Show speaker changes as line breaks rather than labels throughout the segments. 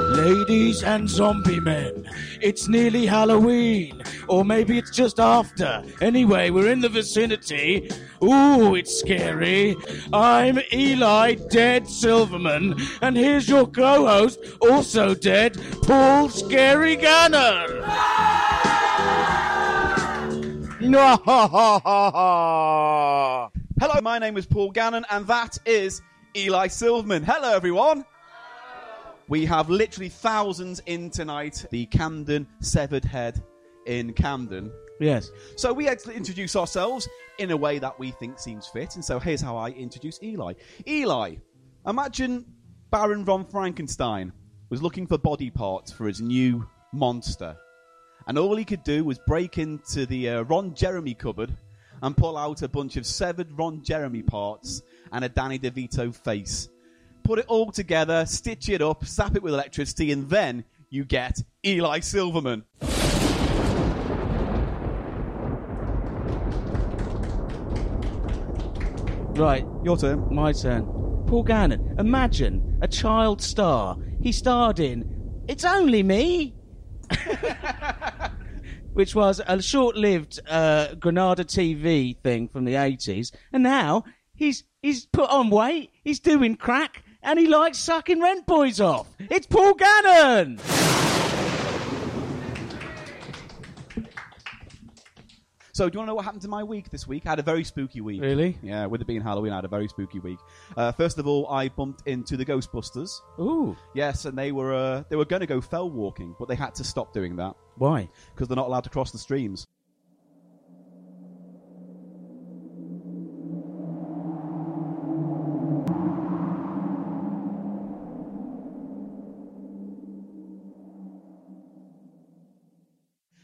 ladies and zombie men. It's nearly Halloween, or maybe it's just after. Anyway, we're in the vicinity. Ooh, it's scary. I'm Eli Dead Silverman, and here's your co host, also dead, Paul Scary Gannon.
Hello, my name is Paul Gannon, and that is Eli Silverman. Hello, everyone. We have literally thousands in tonight. The Camden Severed Head in Camden.
yes.
So we had to introduce ourselves in a way that we think seems fit. And so here's how I introduce Eli. Eli, imagine Baron von Frankenstein was looking for body parts for his new monster. And all he could do was break into the uh, Ron Jeremy cupboard and pull out a bunch of severed Ron Jeremy parts and a Danny DeVito face. Put it all together, stitch it up, sap it with electricity, and then you get Eli Silverman.
Right,
Your turn.
my turn. Paul Gannon, imagine a child star. He starred in It's Only Me, which was a short lived uh, Granada TV thing from the 80s. And now he's, he's put on weight, he's doing crack, and he likes sucking rent boys off. It's Paul Gannon!
So, do you want to know what happened to my week this week? I had a very spooky week.
Really?
Yeah, with it being Halloween, I had a very spooky week. Uh, first of all, I bumped into the Ghostbusters.
Ooh,
Yes, and they were uh, they were going to go fell walking, but they had to stop doing that
why?
because they're not allowed to cross the streams.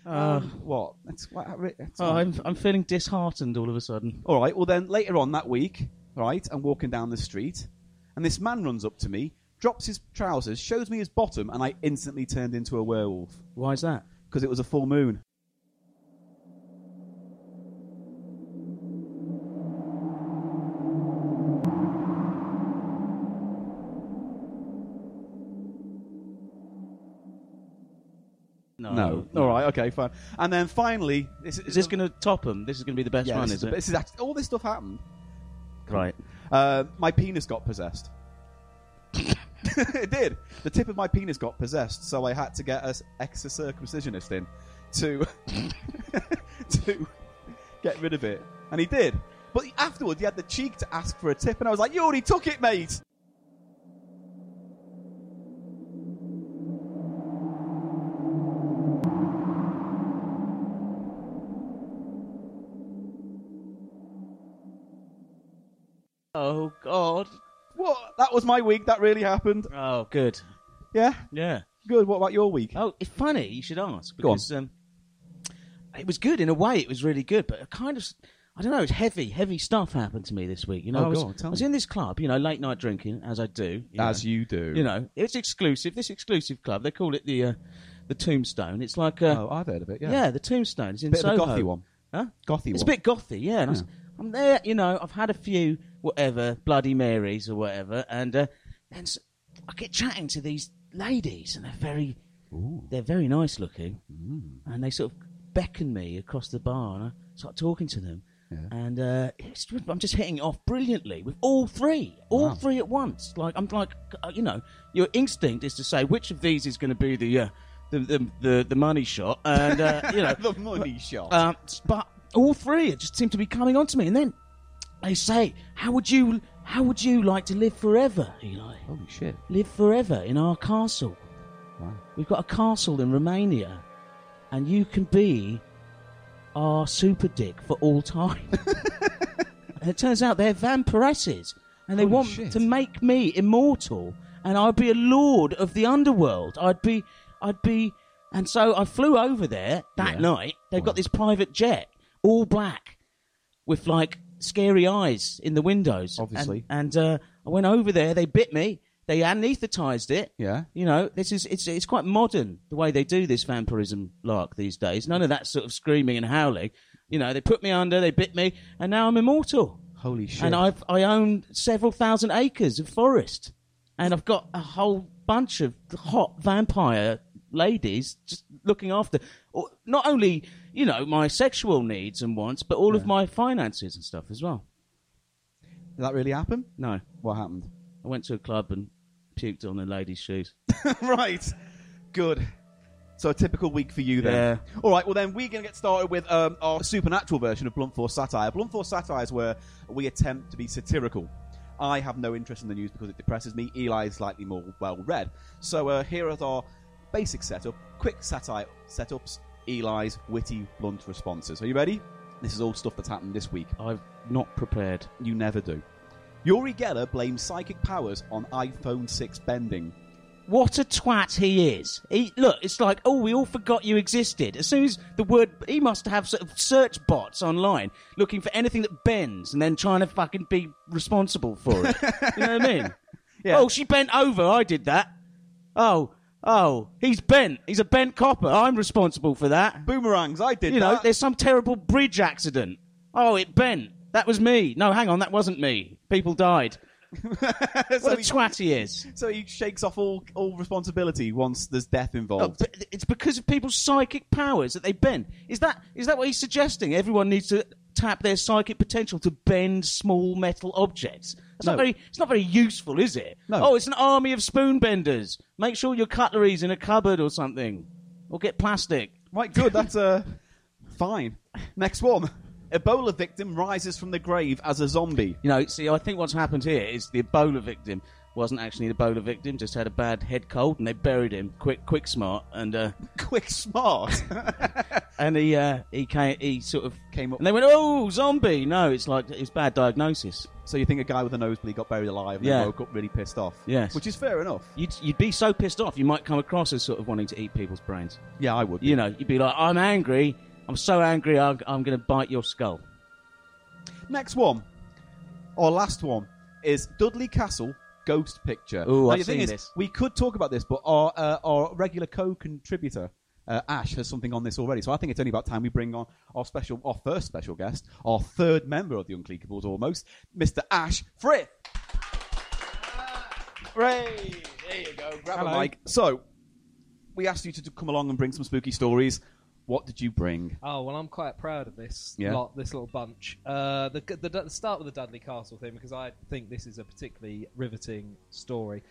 Uh,
Um, What? That's what. That's
oh, I'm, I'm feeling disheartened all of a sudden.
All right. Well, then later on that week, right, I'm walking down the street, and this man runs up to me, drops his trousers, shows me his bottom, and I instantly turned into a werewolf
Why's that?
because it was a full moon. No. All right. Okay. Fine. And then finally, this
Is this going to top them? This is going to be the best
Yeah,
one,
this
is
is,
it?
this is actually, all this stuff happened.
Right.
Uh, my penis got possessed. it did. The tip of my penis got possessed, so I had to get an extra circumcisionist in to to get rid of it, and he did. But afterwards, he had the cheek to ask for a tip, and I was like, "You already took it, mate."
Oh God.
What? That was my week. That really happened.
Oh, good.
Yeah,
Yeah.
good. What about your week?
Oh, it's funny. You should ask
Go on.
because um, it was good in a way. It was really good, but I kind of. I don't know. It's heavy, heavy stuff happened to me this week. You know,
Oh,
I was,
go on, tell
I was
me.
in this club. You know, late night drinking as I do. You know.
As you do.
You know, it's exclusive. This exclusive club. They call it the uh, the Tombstone. It's like uh,
Oh, I've heard of it.
yeah.
Yeah.
the Tombstone. It's in
Bit of a
Soho.
gothy one.
Huh?
Gothy
It's a
one.
bit gothy, yeah. And I was, I'm there, you know. I've had a few whatever Bloody Marys or whatever, and uh, and s I I get chatting to these ladies, and they're very, they're very nice looking,
Mm.
and they sort of beckon me across the bar, and I start talking to them, and uh, it's, I'm just hitting it off brilliantly with all three, all three at once. Like I'm like, uh, you know, your instinct is to say which of these is going to be the. Uh, the, the, the, the money shot and uh, you know
the money shot.
um, but all three just seem to be coming on to me, and then they say, "How would you? How would you like to live forever, Eli?
Holy shit!
Live forever in our castle.
Wow.
We've got a castle in Romania, and you can be our super dick for all time." and it turns out they're vampiresses, and they
Holy
want
shit.
to make me immortal, and I'd be a lord of the underworld. I'd be, I'd be, and so I flew over there that
Yeah.
night. They've got this private jet, all black, with like scary eyes in the windows. And-
Obviously.
and, uh, I went over there. They bit me. They anaesthetized it.
Yeah.
You know, this is it's it's quite modern the way they do this vampirism lark these days. None of that sort of screaming and howling. You know, they put me under, they bit me, and now I'm immortal.
Holy shit!
And I've I own several thousand acres of forest, and I've got a whole bunch of hot vampire ladies just looking after or- not only you know my sexual needs and wants, but all of
Yeah.
my finances and stuff as well.
Did that really happen?
No,
What happened?
I went to a club and puked on a lady's shoes.
right. Good. So a typical week for you then. All right. Well, then we're going to get started with um, our supernatural version of blunt force satire. Blunt force satire is where we attempt to be satirical. I have no interest in the news because it depresses me. Eli is slightly more well read. So uh, here is our basic setup: quick satire setups, Eli's witty, blunt responses. Are you ready? This is all stuff that's happened this week.
I'm not prepared.
You never do. Yuri Geller blames psychic powers on iPhone 6 bending.
What a twat he is! He, look, it's like oh, we all forgot you existed. As soon as the word, he must have sort of search bots online looking for anything that bends, and then trying to fucking be responsible for it. you know what I mean?
Yeah.
Oh, she bent over. I did that. Oh, oh, he's bent. He's a bent copper. I'm responsible for that.
Boomerangs, I did
You know,
that.
there's some terrible bridge accident. Oh, it bent. That was me. No, hang on, that wasn't me. People died.
so,
What a
he,
twat he is.
so he shakes off all all responsibility once there's death
Oh,
involved.
but it's because of people's psychic powers that they bend. Is that is that what he's suggesting? Everyone needs to tap their psychic potential to bend small metal objects. It's
No.
not very it's not very useful, is it?
No.
Oh, it's an army of spoon benders. Make sure your cutlery's in a cupboard or something, or get plastic.
right, good. That's uh, fine. Next one. Ebola victim rises from the grave as a zombie.
You know, see, I think what's happened here is the Ebola victim wasn't actually an Ebola victim; just had a bad head cold, and they buried him quick, quick, smart, and uh,
Quick, smart.
and he uh, he came, he sort of
Came up-
and they went, "Oh, zombie!" No, it's like it's bad diagnosis.
so you think a guy with a nosebleed got buried alive and
Yeah.
then woke up really pissed off?
Yes.
Which is fair enough.
You'd you'd be so pissed off, you might come across as sort of wanting to eat people's brains.
Yeah, I would. be.
You know, you'd be like, "I'm angry. I'm so angry. I'm, I'm going to bite your skull."
Next one, or last one, is Dudley Castle ghost picture.
Ooh,
Now,
I've
the thing
seen
is,
this.
We could talk about this, but our uh, our regular co-contributor uh, Ash has something on this already. So I think it's only about time we bring on our special, our first special guest, our third member of the Unclickables, almost, Mr. Ash Frith. Hooray! There you go. Grab a
Hello.
mic. So we asked you to, to come along and bring some spooky stories. What did you bring?
Oh well, I'm quite proud of this
Yeah.
lot, this little bunch. Uh, the, the, the start with the Dudley Castle thing because I think this is a particularly riveting story.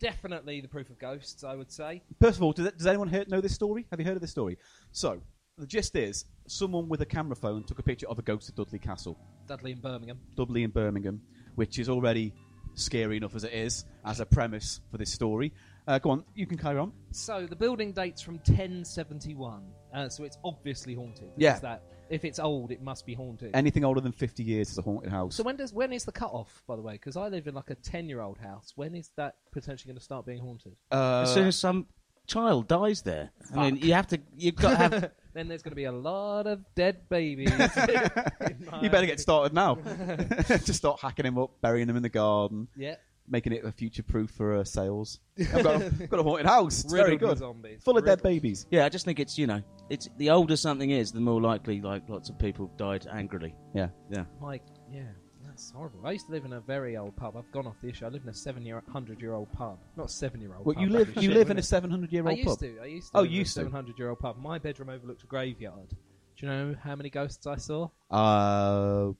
Definitely the proof of ghosts, I would say.
First of all, does, does anyone hear, know this story? Have you heard of this story? So, the gist is someone with a camera phone took a picture of a ghost at Dudley Castle,
Dudley in Birmingham.
Dudley in Birmingham, which is already scary enough as it is as a premise for this story. Uh, go on, you can carry on.
So the building dates from 1071, uh, so it's obviously haunted. It's
Yeah.
That if it's old, it must be haunted.
Anything older than 50 years is a haunted house.
so when does when is the cut off? By the way, because I live in like a 10 year old house. When is that potentially going to start being haunted?
Uh,
as soon as some child dies there, I mean, you have to you've got to have
Then there's going to be a lot of dead babies.
you better get started now. Just start hacking him up, burying him in the garden,
yeah.
making it a future proof for uh, sales. I've got a, got a haunted house. It's very
Riddled with
good.
zombies.
Full of dead
Riddled.
babies.
Yeah, I just think it's you know, it's the older something is, the more likely like lots of people died angrily.
Yeah.
Yeah,
Like, yeah, that's horrible. I used to live in a very old pub. I've gone off the issue. I live in a seven year, hundred year old pub, not seven year old.
Well,
pub,
you
that'd
live
be
you
shit,
live in a
wouldn't
700 year
it? I
old pub.
used to. I used to.
Oh,
live in
used to.
a Seven hundred year old pub. My bedroom overlooked a graveyard. Do you know how many ghosts I saw?
Uh,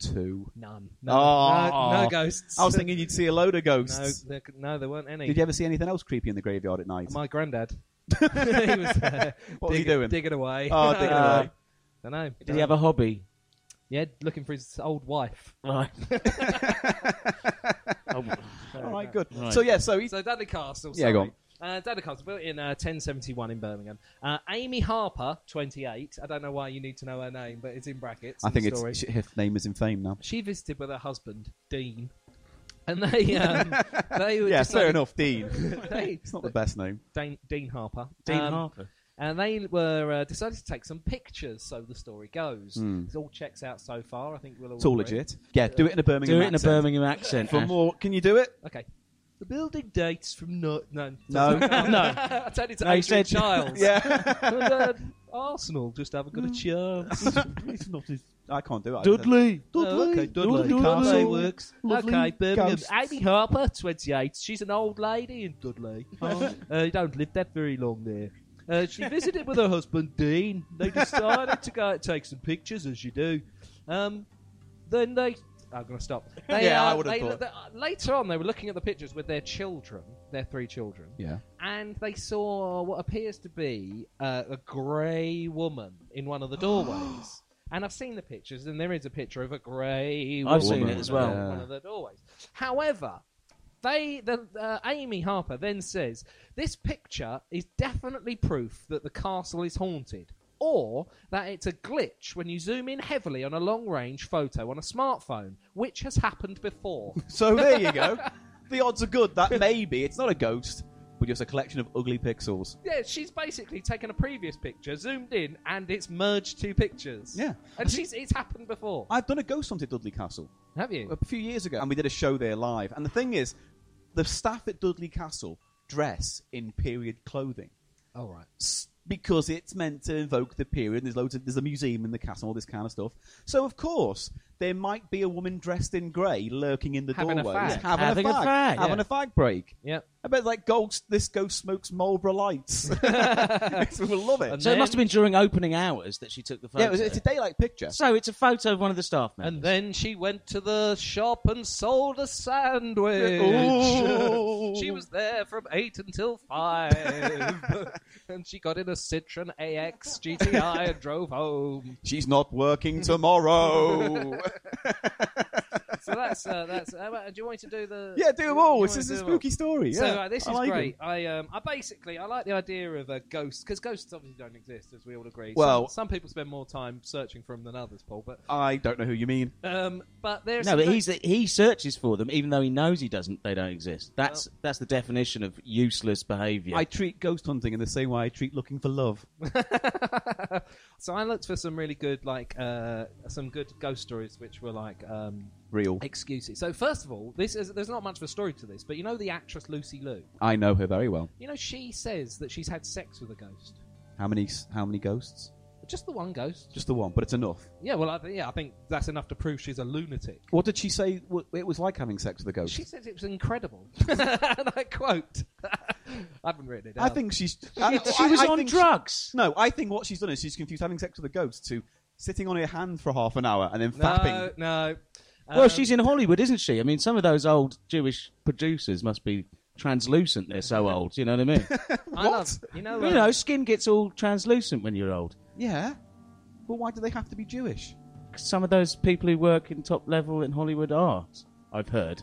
two.
None. No,
Oh.
no, no ghosts.
I was thinking you'd see a load of
no,
ghosts.
there, no, there weren't any.
Did you ever see anything else creepy in the graveyard at night?
My granddad. he was uh, there.
What was he
digging-
doing?
Digging away. Uh,
Oh, digging away.
Don't know.
did he have a hobby?
Yeah, looking for his old wife.
Right. Oh,
All right, good.
Right.
So yeah, so, he,
So Dudley Castle. Sorry.
Yeah, go
Uh, Dudley Castle built in uh, 1071 in Birmingham. Uh, Amy Harper, 28. I don't know why you need to know her name, but it's in brackets.
I
in the
think it's
story.
sh- his name is in fame now.
she visited with her husband Dean, and they um, they were
Yeah,
just
fair
like-
enough. Dean.
They,
it's not the best name.
Dean, Dean Harper.
Dean
Um,
Harper.
and they were uh, decided to take some pictures. So the story goes.
Hmm.
It all checks out so far. I think we'll all.
It's all
agree.
legit. Yeah, do it in a Birmingham.
Do it in a
accent.
Birmingham accent.
For
Ash.
more, can you do it?
Okay. The building dates from no no
No.
No.
I turned into
No, he
Adrian
said-
Childs.
Yeah.
And, uh, Arsenal just haven't got a chance.
it's not his, I can't do it. I don't-
Dudley.
Oh, okay, Dudley.
Dudley.
Carlsay
Dudley.
works.
Lovely
okay, Birmingham.
ghosts.
Amy Harper, 28. She's an old lady in Dudley.
Oh.
Uh, you don't live that very long there. Uh, she visited with her husband Dean. They decided to go and take some pictures, as you do. Um, then they. I'm going to stop. They,
Yeah,
uh,
I would've
they-
thought.
they- uh, Later on, they were looking at the pictures with their children, their three children,
Yeah.
and they saw what appears to be uh, a grey woman in one of the doorways. and I've seen the pictures, and there is a picture of a grey woman
I've seen it as
in one of
well.
the- one of the doorways. However, they, the, uh, Amy Harper then says this picture is definitely proof that the castle is haunted, or that it's a glitch when you zoom in heavily on a long-range photo on a smartphone, which has happened before.
So there you go. the odds are good that maybe it's not a ghost, but just a collection of ugly pixels.
Yeah, she's basically taken a previous picture, zoomed in, and it's merged two pictures.
Yeah.
and she's it's happened before.
I've done a ghost hunt at Dudley Castle
Have you?
a few years ago, and we did a show there live. And the thing is, the staff at Dudley Castle dress in period clothing.
All Oh, right.
s- because it's meant to invoke the period. There's loads of there's a museum in the castle, all this kind of stuff. So of course there might be a woman dressed in grey lurking in the
Having a
doorway,
fag.
having,
Having
a
a
fag,
fag,
having
yeah.
a fag break.
Yep.
I bet like ghost, this ghost smokes Marlboro lights. we will love it.
And
So it
Then-
must have been during opening hours that she took the photo.
yeah, it was, it's a daylight picture.
so it's a photo of one of the staff members.
And then she went to the shop and sold a sandwich.
Ooh.
she was there from eight until five, and she got in a Citroen AX GTI and drove home.
She's not working tomorrow.
So that's uh, that's. Uh, do you want me to do the?
yeah, do them
you
all.
want
It's
me
just
to
a
do them all?
spooky story.
So
yeah.
uh, this
I
is
like 'em.
great. I um, I basically I like the idea of a ghost because ghosts obviously don't exist as we all agree. Some-
Well-
some, people spend more time searching for them than others, Paul. But
I don't know who you mean.
um, but there's
no, but he's he searches for them, even though he knows he doesn't. They don't exist. That's that's the definition of useless behaviour.
I treat ghost hunting in the same way I treat looking for love.
so I looked for some really good like uh, some good ghost stories which were like um,
Real.
excuses. So first of all, this is there's not much of a story to this, but you know the actress Lucy Liu.
I know her very well.
You know she says that she's had sex with a ghost,
How many? How many ghosts?
just the one ghost.
Just the one, but it's enough.
Yeah, well, I, th- yeah, I think that's enough to prove she's a lunatic.
What did she say? w- It was like having sex with a ghost.
She says it was incredible. and I quote. I haven't written it down.
I think she's. I,
she
I-
was
I
on
think she-
drugs.
no, I think what she's done is she's confused having sex with a ghost to sitting on her hand for half an hour and then
No,
fapping.
no.
well,
Um,
she's in Hollywood, isn't she? I mean, some of those old Jewish producers must be translucent. They're so old. You know what I mean?
I
What?
love- you know,
you
um,
know, skin gets all translucent when you're old.
Yeah, but why do they have to be Jewish?
Some of those people who work in top level in Hollywood are. I've heard,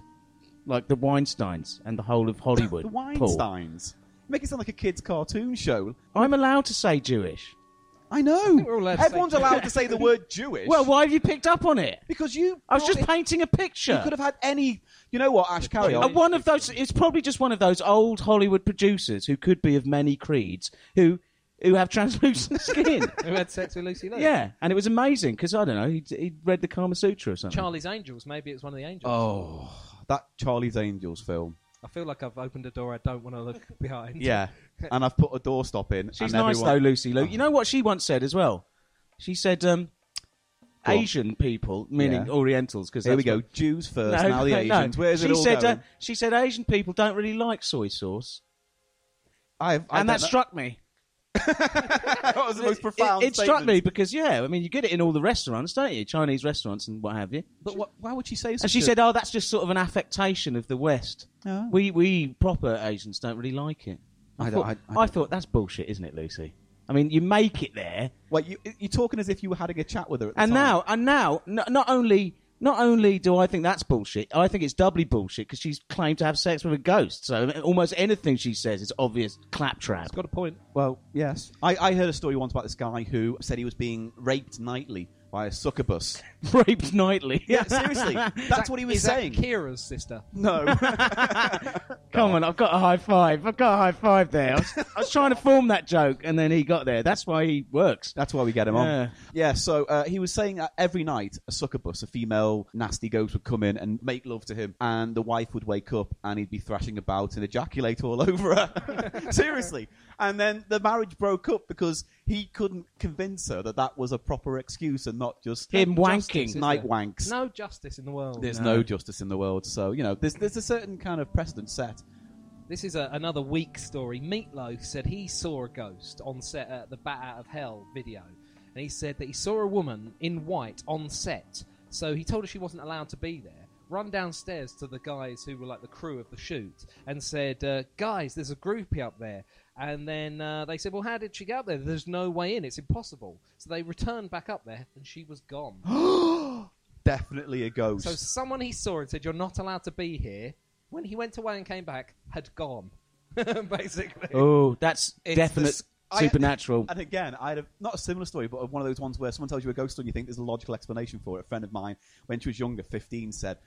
like the Weinsteins and the whole of Hollywood.
The
Paul.
Weinsteins make it sound like a kids' cartoon show.
I'm allowed to say Jewish.
I know.
we're all allowed to say-
Everyone's allowed to say the word Jewish.
Well, why have you picked up on it?
because you.
I was just
brought it-
painting a picture.
You could have had any. You know what, Ash? Carry
Yeah.
Uh,
on.
what-
one of those. It's probably just one of those old Hollywood producers who could be of many creeds who who have translucent skin.
who had sex with Lucy Liu?
yeah, and it was amazing because I don't know he he read the Kama Sutra or something.
Charlie's Angels. Maybe it's one of the angels.
Oh, that Charlie's Angels film.
I feel like I've opened a door I don't want to look behind.
Yeah, and I've put a doorstop in.
She's
and
nice
everyone...
though, Lucy Lou. You know what she once said as well. She said um,
Go on.
Asian people, meaning
Yeah.
Orientals, because
Here we go. Jews first, now the Asians. Where's
she
it all
said,
going?
Uh, she said Asian people don't really like soy sauce,
I've, I don't
and that
know.
struck me.
that was the most profound.
Oh, it, it struck me because yeah, I mean you get it in all the restaurants, don't you? Chinese restaurants and what have you.
But wh- why would she say?
And she said, "Oh, that's just sort of an affectation of the West.
Oh.
We we proper Asians don't really like it." I,
I don't-
thought,
I- I-
I thought that's bullshit, isn't it, Lucy? I mean, you make it there,
"Wait, you, you're talking as if you were having a chat with her." At the
and
time.
now and now, no, not only not only do I think that's bullshit, I think it's doubly bullshit because she's claimed to have sex with a ghost. So almost anything she says is obvious claptrap.
It's got a point.
well, yes, I, I heard a story once about this guy who said he was being raped nightly by a succubus.
Raped nightly.
Yeah, seriously, that's what he was
Is
saying.
That Kira's sister.
no,
Come on, I've got a high five. I've got a high five there. I was, I was trying to form that joke, and then he got there. That's why he works.
That's why we get him
Yeah.
on. Yeah, so uh, he was saying that every night a succubus, a female nasty ghost, would come in and make love to him, and the wife would wake up and he'd be thrashing about and ejaculate all over her. Seriously. And then the marriage broke up because he couldn't convince her that that was a proper excuse and not just
Him
Justice,
wanking.
is
night
there?
wanks.
No justice in the world.
There's
No.
no. justice in the world. So, you know, there's, there's a certain kind of precedent set.
This is a, another weak story. Meatloaf said he saw a ghost on set at the Bat Out of Hell video, and he said that he saw a woman in white on set. So he told her she wasn't allowed to be there. Run downstairs to the guys who were like the crew of the shoot and said, uh, "Guys, there's a groupie up there." And then uh, they said, "Well, how did she get up there? There's no way in. It's impossible." So they returned back up there, and she was gone.
Definitely a ghost.
So someone he saw and said, "You're not allowed to be here." When he went away and came back, had gone, basically.
Oh, that's
It's
definite
this- I-
supernatural.
And again, I had a, not a similar story, but one of those ones where someone tells you a ghost story and you think there's a logical explanation for it. A friend of mine, when she was younger, 15, said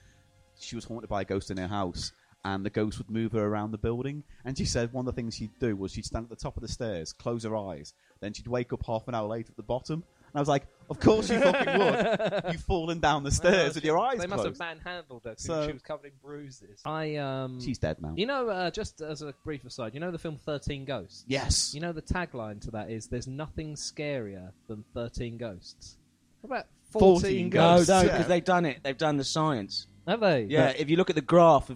she was haunted by a ghost in her house and the ghost would move her around the building. And she said one of the things she'd do was she'd stand at the top of the stairs, close her eyes, then she'd wake up half an hour later at the bottom. And I was like, of course you fucking would. You've fallen down the
Well,
stairs with
she-
your eyes
They must
closed.
have manhandled her. 'cause
So-
she was covered in bruises. I um.
She's dead now.
You know, uh, just as a brief aside, you know the film Thirteen Ghosts.
Yes.
You know the tagline to that is "There's nothing scarier than thirteen ghosts." How about 14,
14
no, no,
ghosts?
ghosts.
because
yeah.
they've done it. They've done the science.
Have they?
Yeah, if you look at the graph of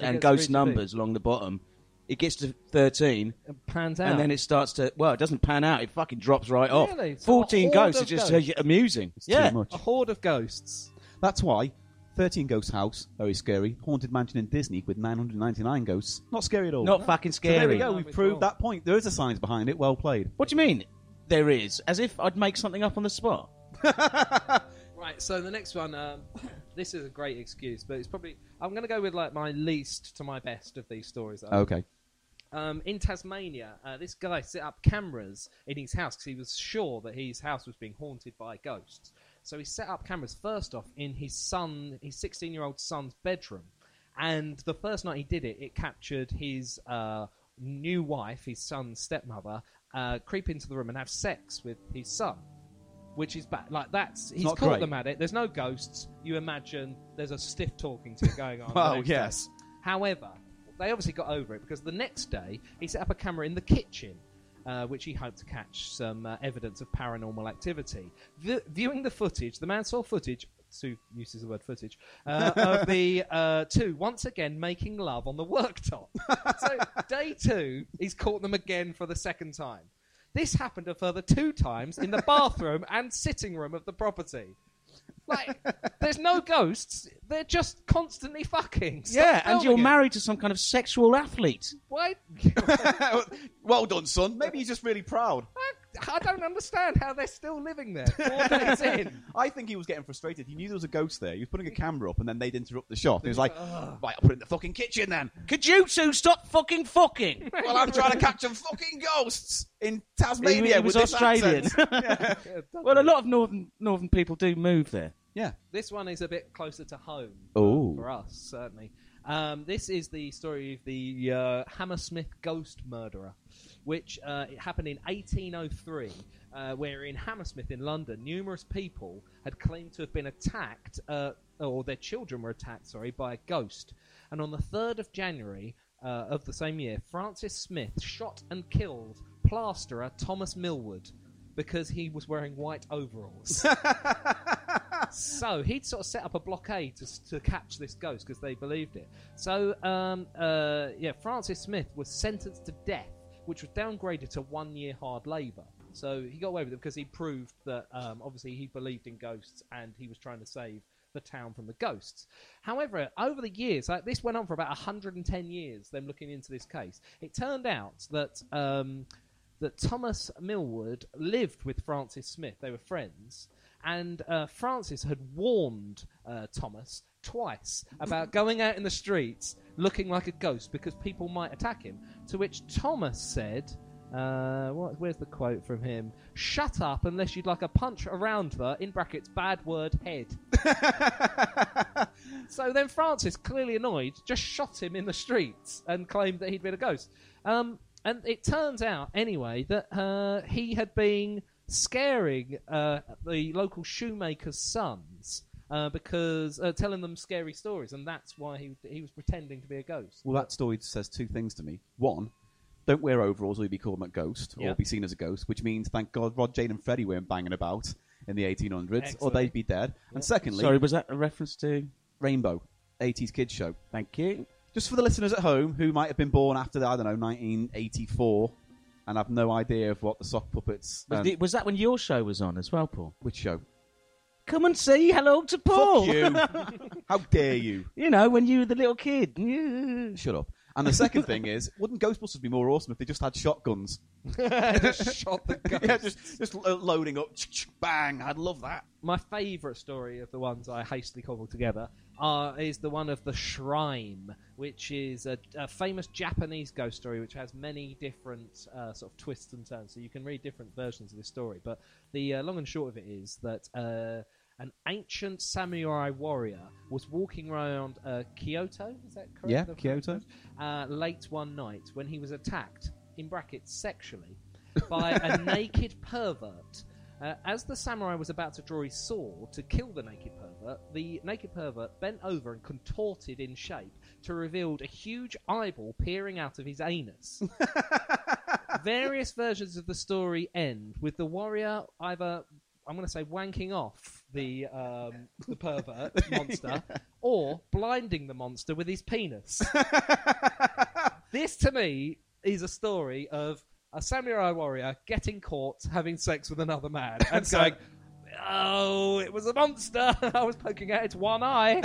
gets
and
really
ghost
big.
numbers along the bottom, it gets to 13,
It pans out.
and then it starts to. Well, it doesn't pan out. It fucking drops right off.
Really? So
14
a horde
ghosts are
of
just
ghosts.
uh, amusing.
It's
yeah.
too much.
a horde of ghosts.
That's why 13 Ghost House, very scary. Haunted Mansion in Disney with 999 ghosts, not scary at all.
Not fucking
So
scary.
there we go.
No,
We've
we
proved
can't.
that point. There is a science behind it. Well played.
What do you mean? There is. As if I'd make something up on the spot.
Right, so the next one, um, this is a great excuse, but it's probably I'm going to go with like my least to my best of these stories. that I've
Okay.
um, in Tasmania, uh, this guy set up cameras in his house because he was sure that his house was being haunted by ghosts. So he set up cameras first off in his son, his 16 year old son's bedroom. And the first night he did it, it captured his uh, new wife, his son's stepmother, uh, creep into the room and have sex with his son. Which is bad. Like that's he's
not
caught
great.
them at it. There's no ghosts. You imagine there's a stiff talking to going on. the
Oh,
next day.
yes.
However, they obviously got over it because the next day he set up a camera in the kitchen, uh, which he hoped to catch some uh, evidence of paranormal activity. V- viewing the footage, the man saw footage. Sue uses the word footage uh, of the uh, two once again making love on the worktop. so day two, he's caught them again for the second time. This happened a further two times in the bathroom and sitting room of the property. Like, there's no ghosts. They're just constantly fucking. Stop
yeah, and you're
filming it.
married to some kind of sexual athlete.
Why?
well done, son. Maybe he's just really proud.
I, I don't understand how they're still living there four days in.
I think he was getting frustrated. He knew there was a ghost there. He was putting a camera up, and then they'd interrupt the shot. He was like, "Right, I'll put it in the fucking kitchen then."
Could you two stop fucking fucking?
Well, I'm trying to catch some fucking ghosts in Tasmania.
He was
with this
Australian.
accent.
well, a lot of northern northern people do move there.
yeah.
This one is a bit closer to home.
Ooh.
for us certainly. Um, this is the story of the uh, Hammersmith ghost murderer, which uh, it happened in 1803, uh, where in Hammersmith in London, numerous people had claimed to have been attacked, uh, or their children were attacked, sorry, by a ghost. And on the 3rd of January uh, of the same year, Francis Smith shot and killed plasterer Thomas Millwood because he was wearing white overalls. So he'd sort of set up a blockade to, to catch this ghost because they believed it. So um, uh, yeah, Francis Smith was sentenced to death, which was downgraded to one year hard labour. So he got away with it because he proved that um, obviously he believed in ghosts and he was trying to save the town from the ghosts. However, over the years, like this went on for about 110 years. Them looking into this case, it turned out that. Um, that Thomas Millwood lived with Francis Smith. They were friends. And uh, Francis had warned uh, Thomas twice about going out in the streets looking like a ghost because people might attack him. To which Thomas said, uh, what, Where's the quote from him? Shut up unless you'd like a punch around the, in brackets, bad word, head. So then Francis, clearly annoyed, just shot him in the streets and claimed that he'd been a ghost. Um, and it turns out, anyway, that uh, he had been scaring uh, the local shoemaker's sons. Uh, because uh, telling them scary stories, and that's why he he was pretending to be a ghost.
Well, that story says two things to me. One, don't wear overalls or you'll be called a ghost or
Yeah.
be seen as a ghost, which means, thank God, Rod, Jane, and Freddie weren't banging about in the 1800s, or
Excellent.
they'd be dead. And secondly,
Sorry, was that a reference to?
Rainbow, 80s kids show.
Thank you.
Just for the listeners at home who might have been born after, I don't know, 1984 and have no idea of what the sock puppets.
Was,
um,
the- was that when your show was on as well, Paul?
Which show?
Come and see Hello to Paul.
Fuck you! How dare you!
You know, when you were the little kid. Yeah.
Shut up. And the second thing is, wouldn't Ghostbusters be more awesome if they just had shotguns?
Just shot the ghost.
yeah, just just lo- loading up, bang! I'd love that.
my favourite story of the ones I hastily cobbled together are, is the one of the shrine, which is a, a famous Japanese ghost story, which has many different uh, sort of twists and turns. So you can read different versions of this story. But the uh, long and short of it is that uh, an ancient samurai warrior was walking around uh, Kyoto. Is that correct?
Yeah,
The-
Kyoto.
uh, late one night when he was attacked, in brackets, sexually, by a naked pervert. Uh, as the samurai was about to draw his sword to kill the naked pervert, the naked pervert bent over and contorted in shape to reveal a huge eyeball peering out of his anus. Various versions of the story end with the warrior either, I'm going to say, wanking off the um, the pervert monster, or blinding the monster with his penis. this to me is a story of a samurai warrior getting caught having sex with another man and going, "Oh, it was a monster! I was poking at its one eye."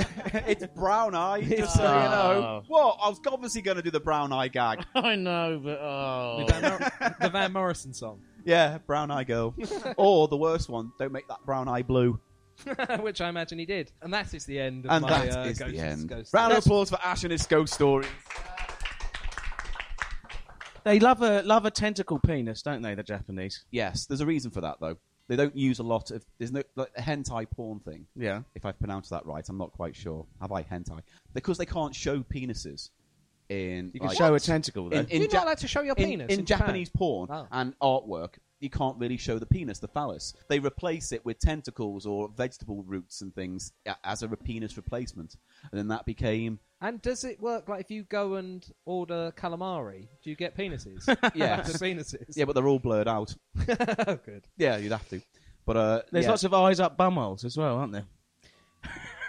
it's brown eye, just so you know.
Oh.
Well, I was obviously going to do the brown eye gag.
I know, but
The
oh.
Van Mor- the Van Morrison song,
Yeah, brown eye girl. or the worst one, don't make that brown eye blue.
which I imagine he did, and that is the end of
And
my
that is
uh, ghost,
the end.
ghost-
Round of applause for Ash and his ghost story.
They love a love a tentacle penis, don't they? The Japanese.
Yes, there's a reason for that though. They don't use a lot of. There's no like a hentai porn thing.
Yeah.
If I've pronounced that right, I'm not quite sure. Have I hentai? Because they can't show penises in.
You can
like-
show a tentacle though.
in, in
You're
Ja-
not allowed to show your
in-
penis
in,
in Japan.
Japanese porn
Oh.
and artwork. You can't really show the penis, the phallus. They replace it with tentacles or vegetable roots and things a- as a re- penis replacement, and then that became
And does it work like if you go and order calamari, do you get penises?
Yes.
The penises.
yeah, but they're all blurred out.
oh, good.
Yeah, you'd have to. But uh,
There's
yeah.
lots of eyes up bumholes as well, aren't there?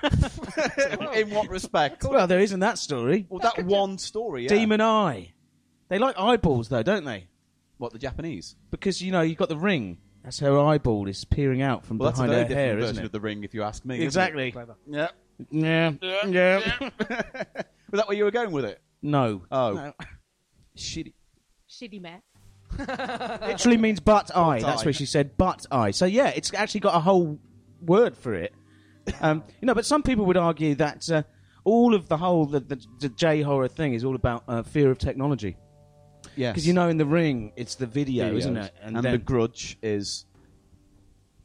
in what respect?
Well, there is in that story.
Well, that one story, yeah.
Demon Eye. They like eyeballs though, don't they?
What the Japanese?
Because you know you've got the ring. That's her eyeball is peering out from
Well, that's a
behind
very
her
different
hair,
version
isn't
of
it?
the ring, if you ask me. isn't it?
Exactly.
Clever.
Yeah.
Yeah. Yeah.
Was that where you were going with it?
No.
Oh.
No.
Shitty.
Shitty man.
literally means butt eye. That's
eye.
where she said butt eye. So yeah, it's actually got a whole word for it. Um, you know, but some people would argue that uh, all of the whole the, the, the J horror thing is all about uh, fear of technology
Yes.
because you know in the ring it's the video,
Videos.
isn't it?
And,
And, then
the grudge is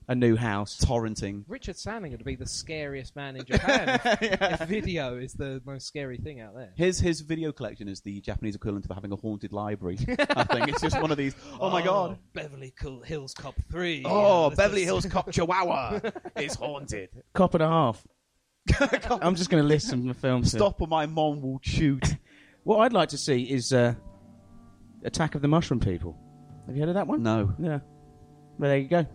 a new house.
torrenting.
Richard Sanning would be the scariest man in Japan. if video is the most scary thing out there.
His his video collection is the Japanese equivalent of having a haunted library. I think it's just one of these. Oh, my god.
Beverly Cool- Hills Cop 3.
Oh,
Yeah,
Beverly
this
Hills Cop Chihuahua is haunted.
Cop and a half. I'm just going to list some of the films. here.
Stop or my mom will shoot.
What I'd like to see is uh, Attack of the Mushroom People. Have you heard of that one?
No.
Yeah. Well, there you go.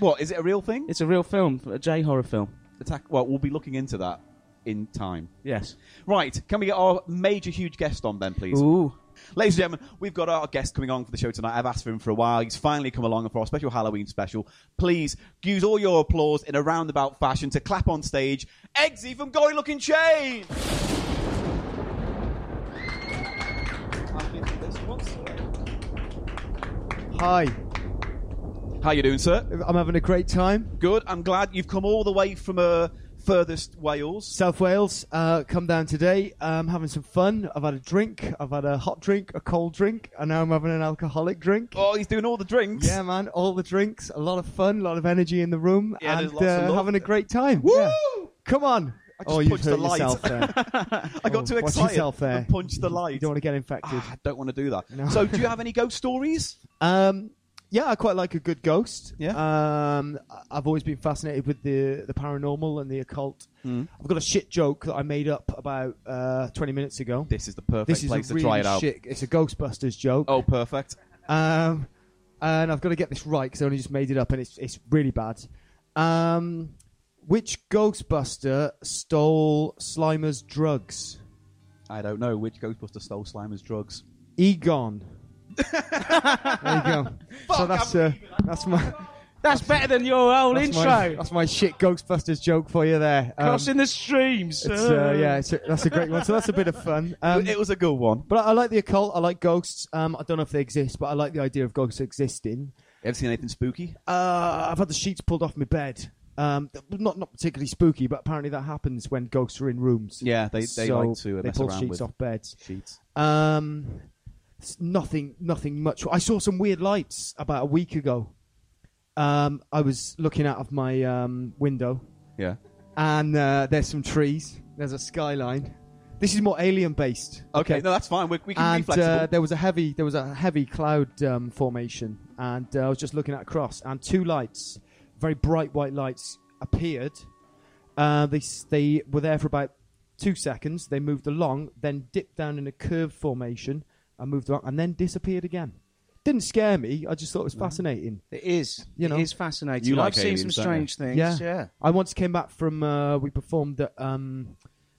What is it a real thing?
It's a real film, a J horror film.
Attack. Well, we'll be looking into that in time.
Yes.
Right. Can we get our major huge guest on then, please?
Ooh.
Ladies and gentlemen, we've got our guest coming on for the show tonight. I've asked for him for a while. He's finally come along for our special Halloween special. Please use all your applause in a roundabout fashion to clap on stage. Eggsy from Gory Looking Chain!
Hi,
How you doing, sir?
I'm having a great time.
Good. I'm glad you've come all the way from uh, furthest Wales.
South Wales, uh, come down today. I'm having some fun. I've had a drink. I've had a hot drink, a cold drink, and now I'm having an alcoholic drink.
Oh, he's doing all the drinks.
Yeah, man, all the drinks, a lot of fun, a lot of energy in the room,
Yeah, there's
and
lots of
uh,
love.
having a great time.
Woo!
Yeah. Come on,
I just
Oh, you've
punched the
hurt
light.
yourself there.
I got
Oh,
too
watch
excited
yourself there.
and punched the light.
you don't want to get infected.
Ah, I don't want to do that.
No.
So, do you have any ghost stories?
Um, yeah, I quite like a good ghost.
Yeah.
Um, I- I've always been fascinated with the the paranormal and the occult.
Mm.
I've got a shit joke that I made up about uh, 20 minutes ago.
This is the perfect
This is
place
a
to
really
try it out.
shit. It's a Ghostbusters joke.
Oh, perfect.
Um, and I've got to get this right because I only just made it up and it's it's really bad. Um, which Ghostbuster stole Slimer's drugs?
I don't know which Ghostbuster stole Slimer's drugs.
Egon. there you go. so that's uh, that's my.
That's better than your old
That's
intro.
my, that's my shit Ghostbusters joke for you there. Um,
Crossing the streams.
it's, uh, yeah, it's a, that's a great one. So that's a bit of fun. Um,
it was a good one.
but I, I like the occult. I like ghosts. Um, I don't know if they exist, but I like the idea of ghosts existing.
Ever seen anything spooky?
Uh, I've had the sheets pulled off my bed. Um, th- not not particularly spooky, but apparently that happens when ghosts are in rooms.
Yeah, they, they
So
like to uh,
they
mess
pull
around
sheets
with
off beds.
sheets.
Um, it's nothing, nothing much. I saw some weird lights about a week ago. Um, I was looking out of my um, window,
Yeah.
and uh, there's some trees. There's a skyline. This is more alien based.
Okay, no, that's fine. We, we can be
And
flexible.
uh, there was a heavy, there was a heavy cloud um, formation, and uh, I was just looking at across, and two lights, very bright white lights, appeared. Uh, they s- they were there for about two seconds. They moved along, then dipped down in a curved formation, and moved along, and then disappeared again. Didn't scare me. I just thought it was fascinating.
Mm. It is.
You know.
it is fascinating.
You like
I've seen some
aliens, don't you?
strange things.
Yeah.
Yeah.
I once came back from uh, we performed at um,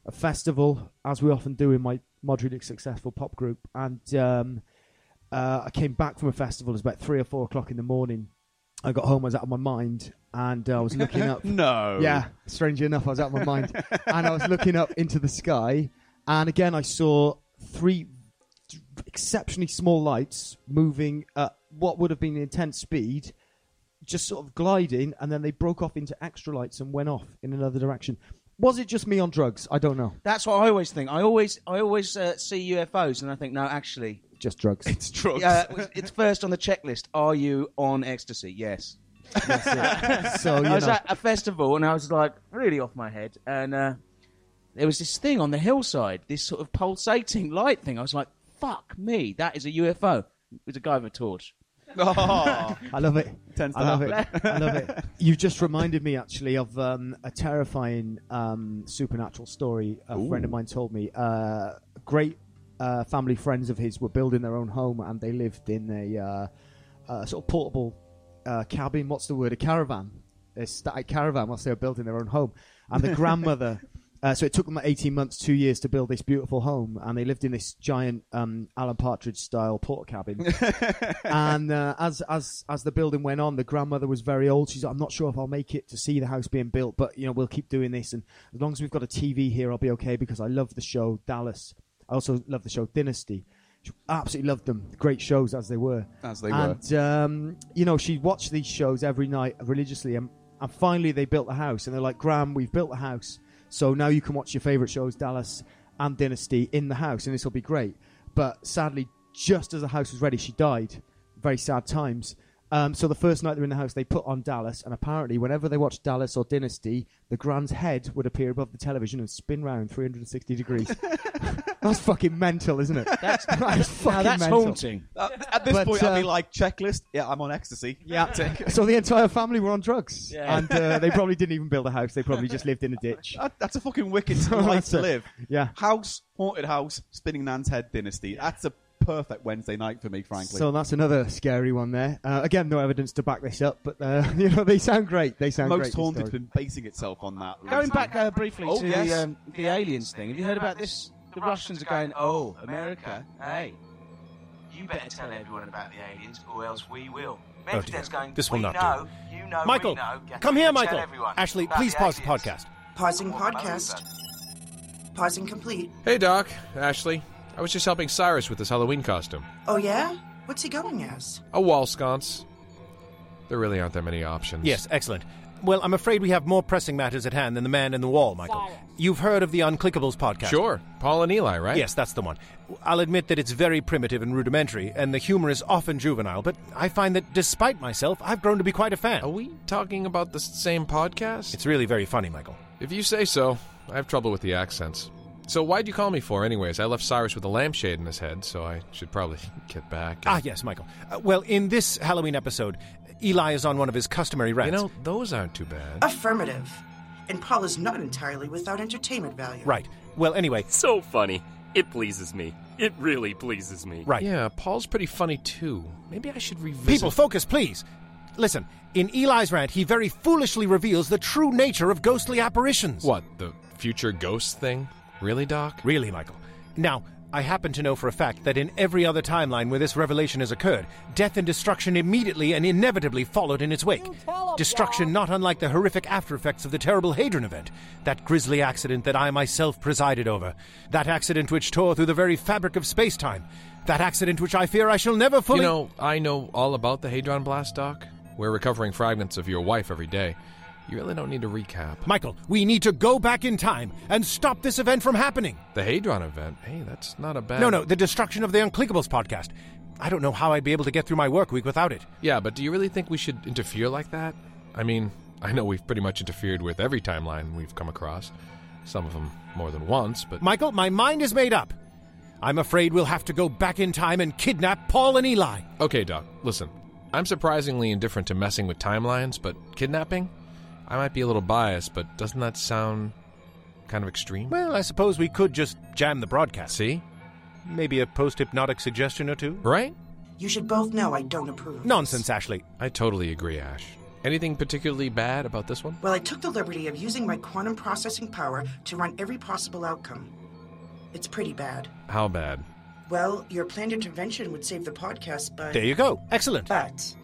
a festival, as we often do in my moderately successful pop group, and um, uh, I came back from a festival. It was about three or four o'clock in the morning. I got home. I was out of my mind, and uh, I was looking up.
no.
Yeah, strangely enough, I was out of my mind, and I was looking up into the sky, and again I saw three exceptionally small lights moving at what would have been intense speed, just sort of gliding, and then they broke off into extra lights and went off in another direction. Was it just me on drugs? I don't know.
That's what I always think. I always, I always uh, see UFOs, and I think, no, actually,
Just drugs.
It's drugs.
uh, it's first on the checklist. Are you on ecstasy? Yes.
That's it. so you
I was
know,
at a festival and I was like really off my head, and uh, there was this thing on the hillside, this sort of pulsating light thing. I was like, "Fuck me, that is a UFO." It was a guy with a torch.
Oh.
I love it.
Tends to
I love it. I love it. You just reminded me actually of um, a terrifying um, supernatural story a friend of mine told me. Uh, great uh, family friends of his were building their own home and they lived in a uh, uh, sort of portable uh, cabin. What's the word? A caravan. A static caravan whilst they were building their own home. And the grandmother. Uh, so it took them 18 months, two years to build this beautiful home, and they lived in this giant um, Alan Partridge-style porta cabin and uh, as as as the building went on, the grandmother was very old. She's like, I'm not sure if I'll make it to see the house being built, but you know we'll keep doing this, and as long as we've got a TV here, I'll be okay because I love the show Dallas. I also love the show Dynasty. She absolutely loved them. Great shows as they were.
As they were.
and um, you know she watched these shows every night religiously, and, and finally they built the house, and they're like, Graham, we've built the house, so now you can watch your favorite shows, Dallas and Dynasty, in the house, and this will be great. But sadly, just as the house was ready, she died. Very sad times. Um, so the first night they're in the house, they put on Dallas, and apparently, whenever they watched Dallas or Dynasty, the Grand's head would appear above the television and spin round 360 degrees. that's fucking mental, isn't it? That's, fucking
Now that's
mental.
haunting.
Uh, at this
But,
point, I'd
uh,
be like, checklist. Yeah, I'm on ecstasy.
Yeah.
Tick.
So the entire family were on drugs,
Yeah.
and uh, they probably didn't even build a house. They probably just lived in a ditch.
That- uh, that's a fucking wicked life
That's
to
it.
live.
Yeah.
House, haunted house, spinning Nan's head dynasty. That's a perfect Wednesday night for me, frankly.
So that's another scary one there. Uh, again, no evidence to back this up, but uh, you know they sound great. They sound great.
Most
these
haunted's
stories.
been basing itself on that.
Going
lately.
back uh, briefly
Oh,
to
yes.
the, um, the aliens thing, have you heard about this? The Russians are going, "Oh, America, hey, you better tell everyone about the aliens, or else we will."
Oh,
Medvedev's going,
Oh, This will
"We
not do.
know, you know, we
Michael,
know. Get
come
them
here,
to tell
Michael.
everyone
Ashley,
about
please
the
pause the
aliens."
podcast.
Pausing podcast. Pausing complete.
Hey, Doc. Ashley. I was just helping Cyrus with his Halloween costume.
Oh, yeah? What's he going as?
A wall sconce. There really aren't that many options.
Yes, excellent. Well, I'm afraid we have more pressing matters at hand than the man in the wall, Michael. You've heard of the Unclickables podcast.
Sure. Paul and Eli, right?
Yes, that's the one. I'll admit that it's very primitive and rudimentary, and the humor is often juvenile, but I find that despite myself, I've grown to be quite a fan.
Are we talking about the s- same podcast?
It's really very funny, Michael.
If you say so. I have trouble with the accents. So why'd you call me for, anyways? I left Cyrus with a lampshade in his head, so I should probably get back.
Ah, yes, Michael. Uh, well, in this Halloween episode, Eli is on one of his customary
you
rants.
know, those aren't too bad.
Affirmative. And Paul is not entirely without entertainment value.
right. Well, anyway,
So funny. It pleases me. It really pleases me.
right.
Yeah, Paul's pretty funny too. Maybe I should revisit.
People, focus, please. Listen, in Eli's rant, he very foolishly reveals the true nature of ghostly apparitions.
What the future ghost thing? Really, Doc?
Really, Michael. Now, I happen to know for a fact that in every other timeline where this revelation has occurred, death and destruction immediately and inevitably followed in its wake. Destruction not unlike the horrific aftereffects of the terrible Hadron event, that grisly accident that I myself presided over, that accident which tore through the very fabric of space time, that accident which I fear I shall never fully.
You know, I know all about the Hadron Blast, Doc. We're recovering fragments of your wife every day. You really don't need a recap.
Michael, we need to go back in time and stop this event from happening.
The Hadron event. Hey, that's not a bad.
No, no, the destruction of the Unclickables podcast. I don't know how I'd be able to get through my work week without it.
Yeah, but do you really think we should interfere like that? I mean, I know we've pretty much interfered with every timeline we've come across. Some of them more than once, but
Michael, my mind is made up. I'm afraid we'll have to go back in time and kidnap Paul and Eli.
okay, Doc. Listen, I'm surprisingly indifferent to messing with timelines, but kidnapping. I might be a little biased, but doesn't that sound kind of extreme?
Well, I suppose we could just jam the broadcast.
See,
Maybe a post hypnotic suggestion or two?
right?
You should both know I don't approve. of this.
Nonsense, Ashley.
I totally agree, Ash. Anything particularly bad about this one?
Well, I took the liberty of using my quantum processing power to run every possible outcome. It's pretty bad.
How bad?
Well, your planned intervention would save the podcast, but.
There you go. Excellent.
But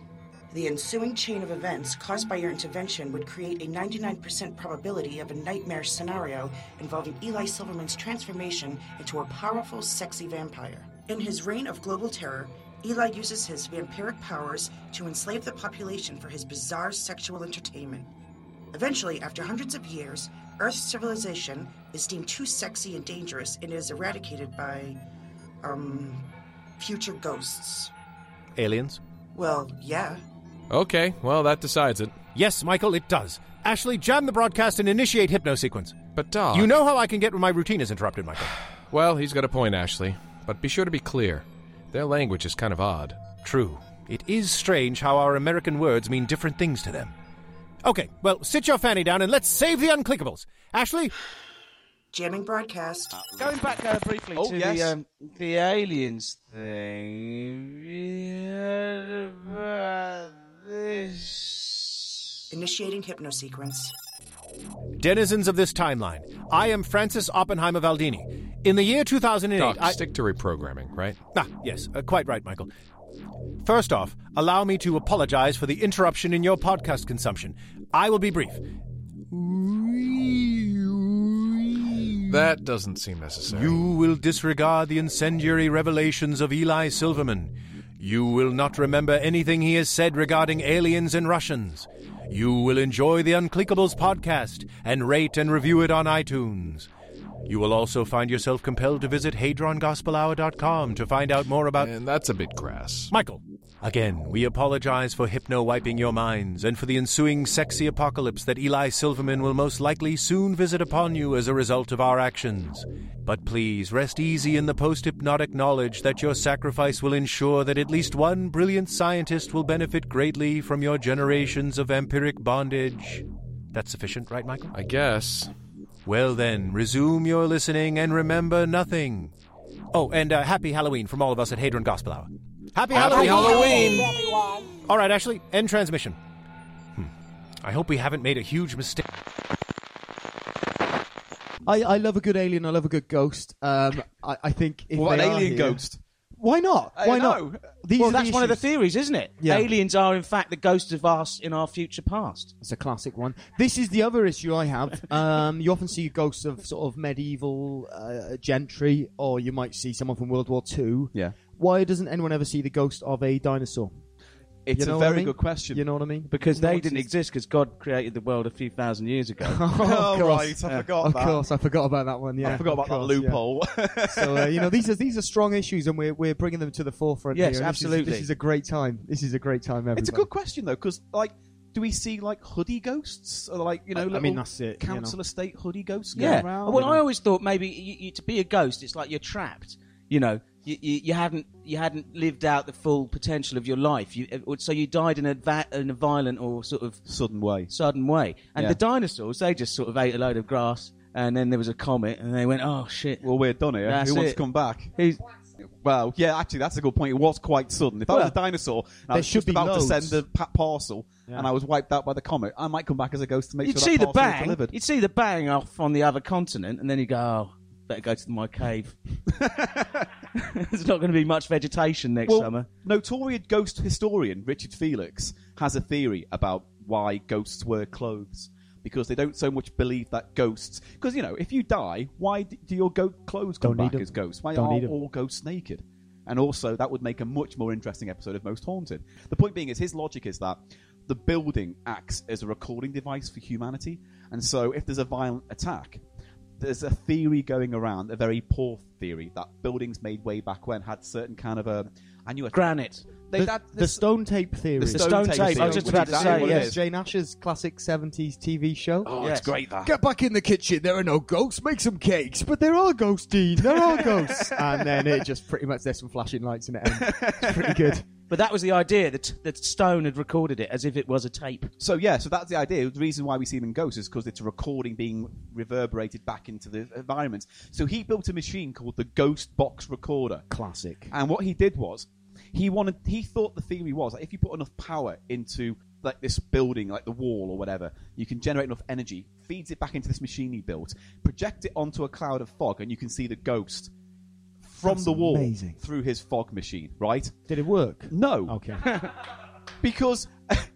the ensuing chain of events caused by your intervention would create a 99% probability of a nightmare scenario involving Eli Silverman's transformation into a powerful, sexy vampire. In his reign of global terror, Eli uses his vampiric powers to enslave the population for his bizarre sexual entertainment. Eventually, after hundreds of years, Earth's civilization is deemed too sexy and dangerous and is eradicated by, um, future ghosts.
Aliens?
Well, yeah.
Okay, well that decides it.
Yes, Michael, it does. Ashley, jam the broadcast and initiate hypnosequence.
But Doc,
You know how I can get when my routine is interrupted, Michael.
Well, he's got a point, Ashley. But be sure to be clear. Their language is kind of odd.
True. It is strange how our American words mean different things to them. Okay, well, sit your fanny down and let's save the unclickables. Ashley,
Jamming broadcast.
Going back uh, briefly
Oh,
to
yes.
the um, the aliens thing. Have you heard about this?
Initiating hypnosequence.
denizens of this timeline, I am Francis Oppenheimer Valdini. In the year 2008,
Doc,
I.
stick to reprogramming, right?
Ah, yes, uh, quite right, Michael. First off, allow me to apologize for the interruption in your podcast consumption. I will be brief.
That doesn't seem necessary.
You will disregard the incendiary revelations of Eli Silverman. You will not remember anything he has said regarding aliens and Russians. You will enjoy the Unclickables podcast and rate and review it on iTunes. You will also find yourself compelled to visit HadronGospelHour.com to find out more about.
and that's a bit crass.
Michael, again, we apologize for hypno wiping your minds and for the ensuing sexy apocalypse that Eli Silverman will most likely soon visit upon you as a result of our actions. But please rest easy in the post hypnotic knowledge that your sacrifice will ensure that at least one brilliant scientist will benefit greatly from your generations of vampiric bondage. That's sufficient, right, Michael?
I guess.
Well, then, resume your listening and remember nothing. Oh, and uh, happy Halloween from all of us at Hadron Gospel Hour. Happy, Halloween! All right, Ashley, end transmission. Hmm. I hope we haven't made a huge mistake.
I, I love a good alien. I love a good ghost. Um, I, I think if
What
they
an
are
alien
here-
ghost?
Why not?
I
Why
know.
not? These
well,
are
that's one of the
issues.
theories, isn't it?
Yeah.
Aliens are, in fact, the ghosts of us in our future past.
It's a classic one. This is the other issue I have. Um, you often see ghosts of sort of medieval uh, gentry, or you might see someone from World War Two.
Yeah.
Why doesn't anyone ever see the ghost of a dinosaur?
It's
You know
a
what I
very
mean?
good question.
You know what I mean?
Because
No
they
one
didn't
sees-
exist, because God created the world a few thousand years ago.
Oh,
Oh,
of course.
right, I
Yeah.
forgot
Of
that.
course, I forgot about that one. Yeah,
I forgot
of
about
course,
that
yeah.
loophole.
so uh, you know these are these are strong issues, and we're we're bringing them to the forefront.
Yes,
here, and this is- This is,
absolutely.
a great time. This is a great time. Everybody.
It's a good question though, because like Do we see like hoodie ghosts, or like you know,
I- I
little
mean, that's it, you know.
council estate hoodie ghosts?
Yeah.
going around
well,
and-
I always thought maybe you, you, to be a ghost, it's like you're trapped. You know, you, you, you hadn't you hadn't lived out the full potential of your life. You uh, so you died in a va- in a violent or sort of
sudden way.
sudden way. And
Yeah.
the dinosaurs, they just sort of ate a load of grass, and then there was a comet, and they went, "Oh shit."
Well, we're done here.
That's
Who wants
it.
to come back?
Who's-
Well, yeah, actually, that's a good point. It was quite sudden. If I was a dinosaur and I
there
was
should
just
be
about
loads.
to send the pa- parcel and I was wiped out by the comet, I might come back as a ghost to make
you'd
sure
see
that
the
parcel was
bang,
delivered.
you'd see the bang off on the other continent, and then you go, "Oh, better go to my cave." There's not going to be much vegetation next
well,
summer.
notorious ghost historian Richard Felix has a theory about why ghosts wear clothes because they don't so much believe that ghosts. Because you know, if you die, why d- do your go- clothes come
Don't need
back
'em.
as ghosts? Why
Don't
are
need 'em.
all ghosts naked? And also, that would make a much more interesting episode of Most Haunted. The point being is, his logic is that the building acts as a recording device for humanity, and so if there's a violent attack, there's a theory going around, a very poor theory, that buildings made way back when had certain kind of a. I knew a
Granite.
they,
the,
that,
the stone tape theory.
the
stone tape I was
theory,
just
which
about
is
to
exactly
say,
what it
yes.
is.
Jane Ash's classic 70s TV show.
Oh, it's great.
Get back in the kitchen. There are no ghosts. Make some cakes. But there are ghosts, Dean. There are ghosts. and then it just pretty much there's some flashing lights in it. And it's pretty good.
But that was the idea that that Stone had recorded it as if it was a tape.
So yeah, so that's the idea. The reason why we see them in ghosts is because it's a recording being reverberated back into the environment. So he built a machine called the Ghost Box Recorder,
Classic.
and what he did was he wanted. He thought the theory was that if you put enough power into like this building, like the wall or whatever, you can generate enough energy, feeds it back into this machine he built, project it onto a cloud of fog, and you can see the ghost from
That's
the wall
amazing.
through his fog machine. Right?
Did it work?
No
Okay.
because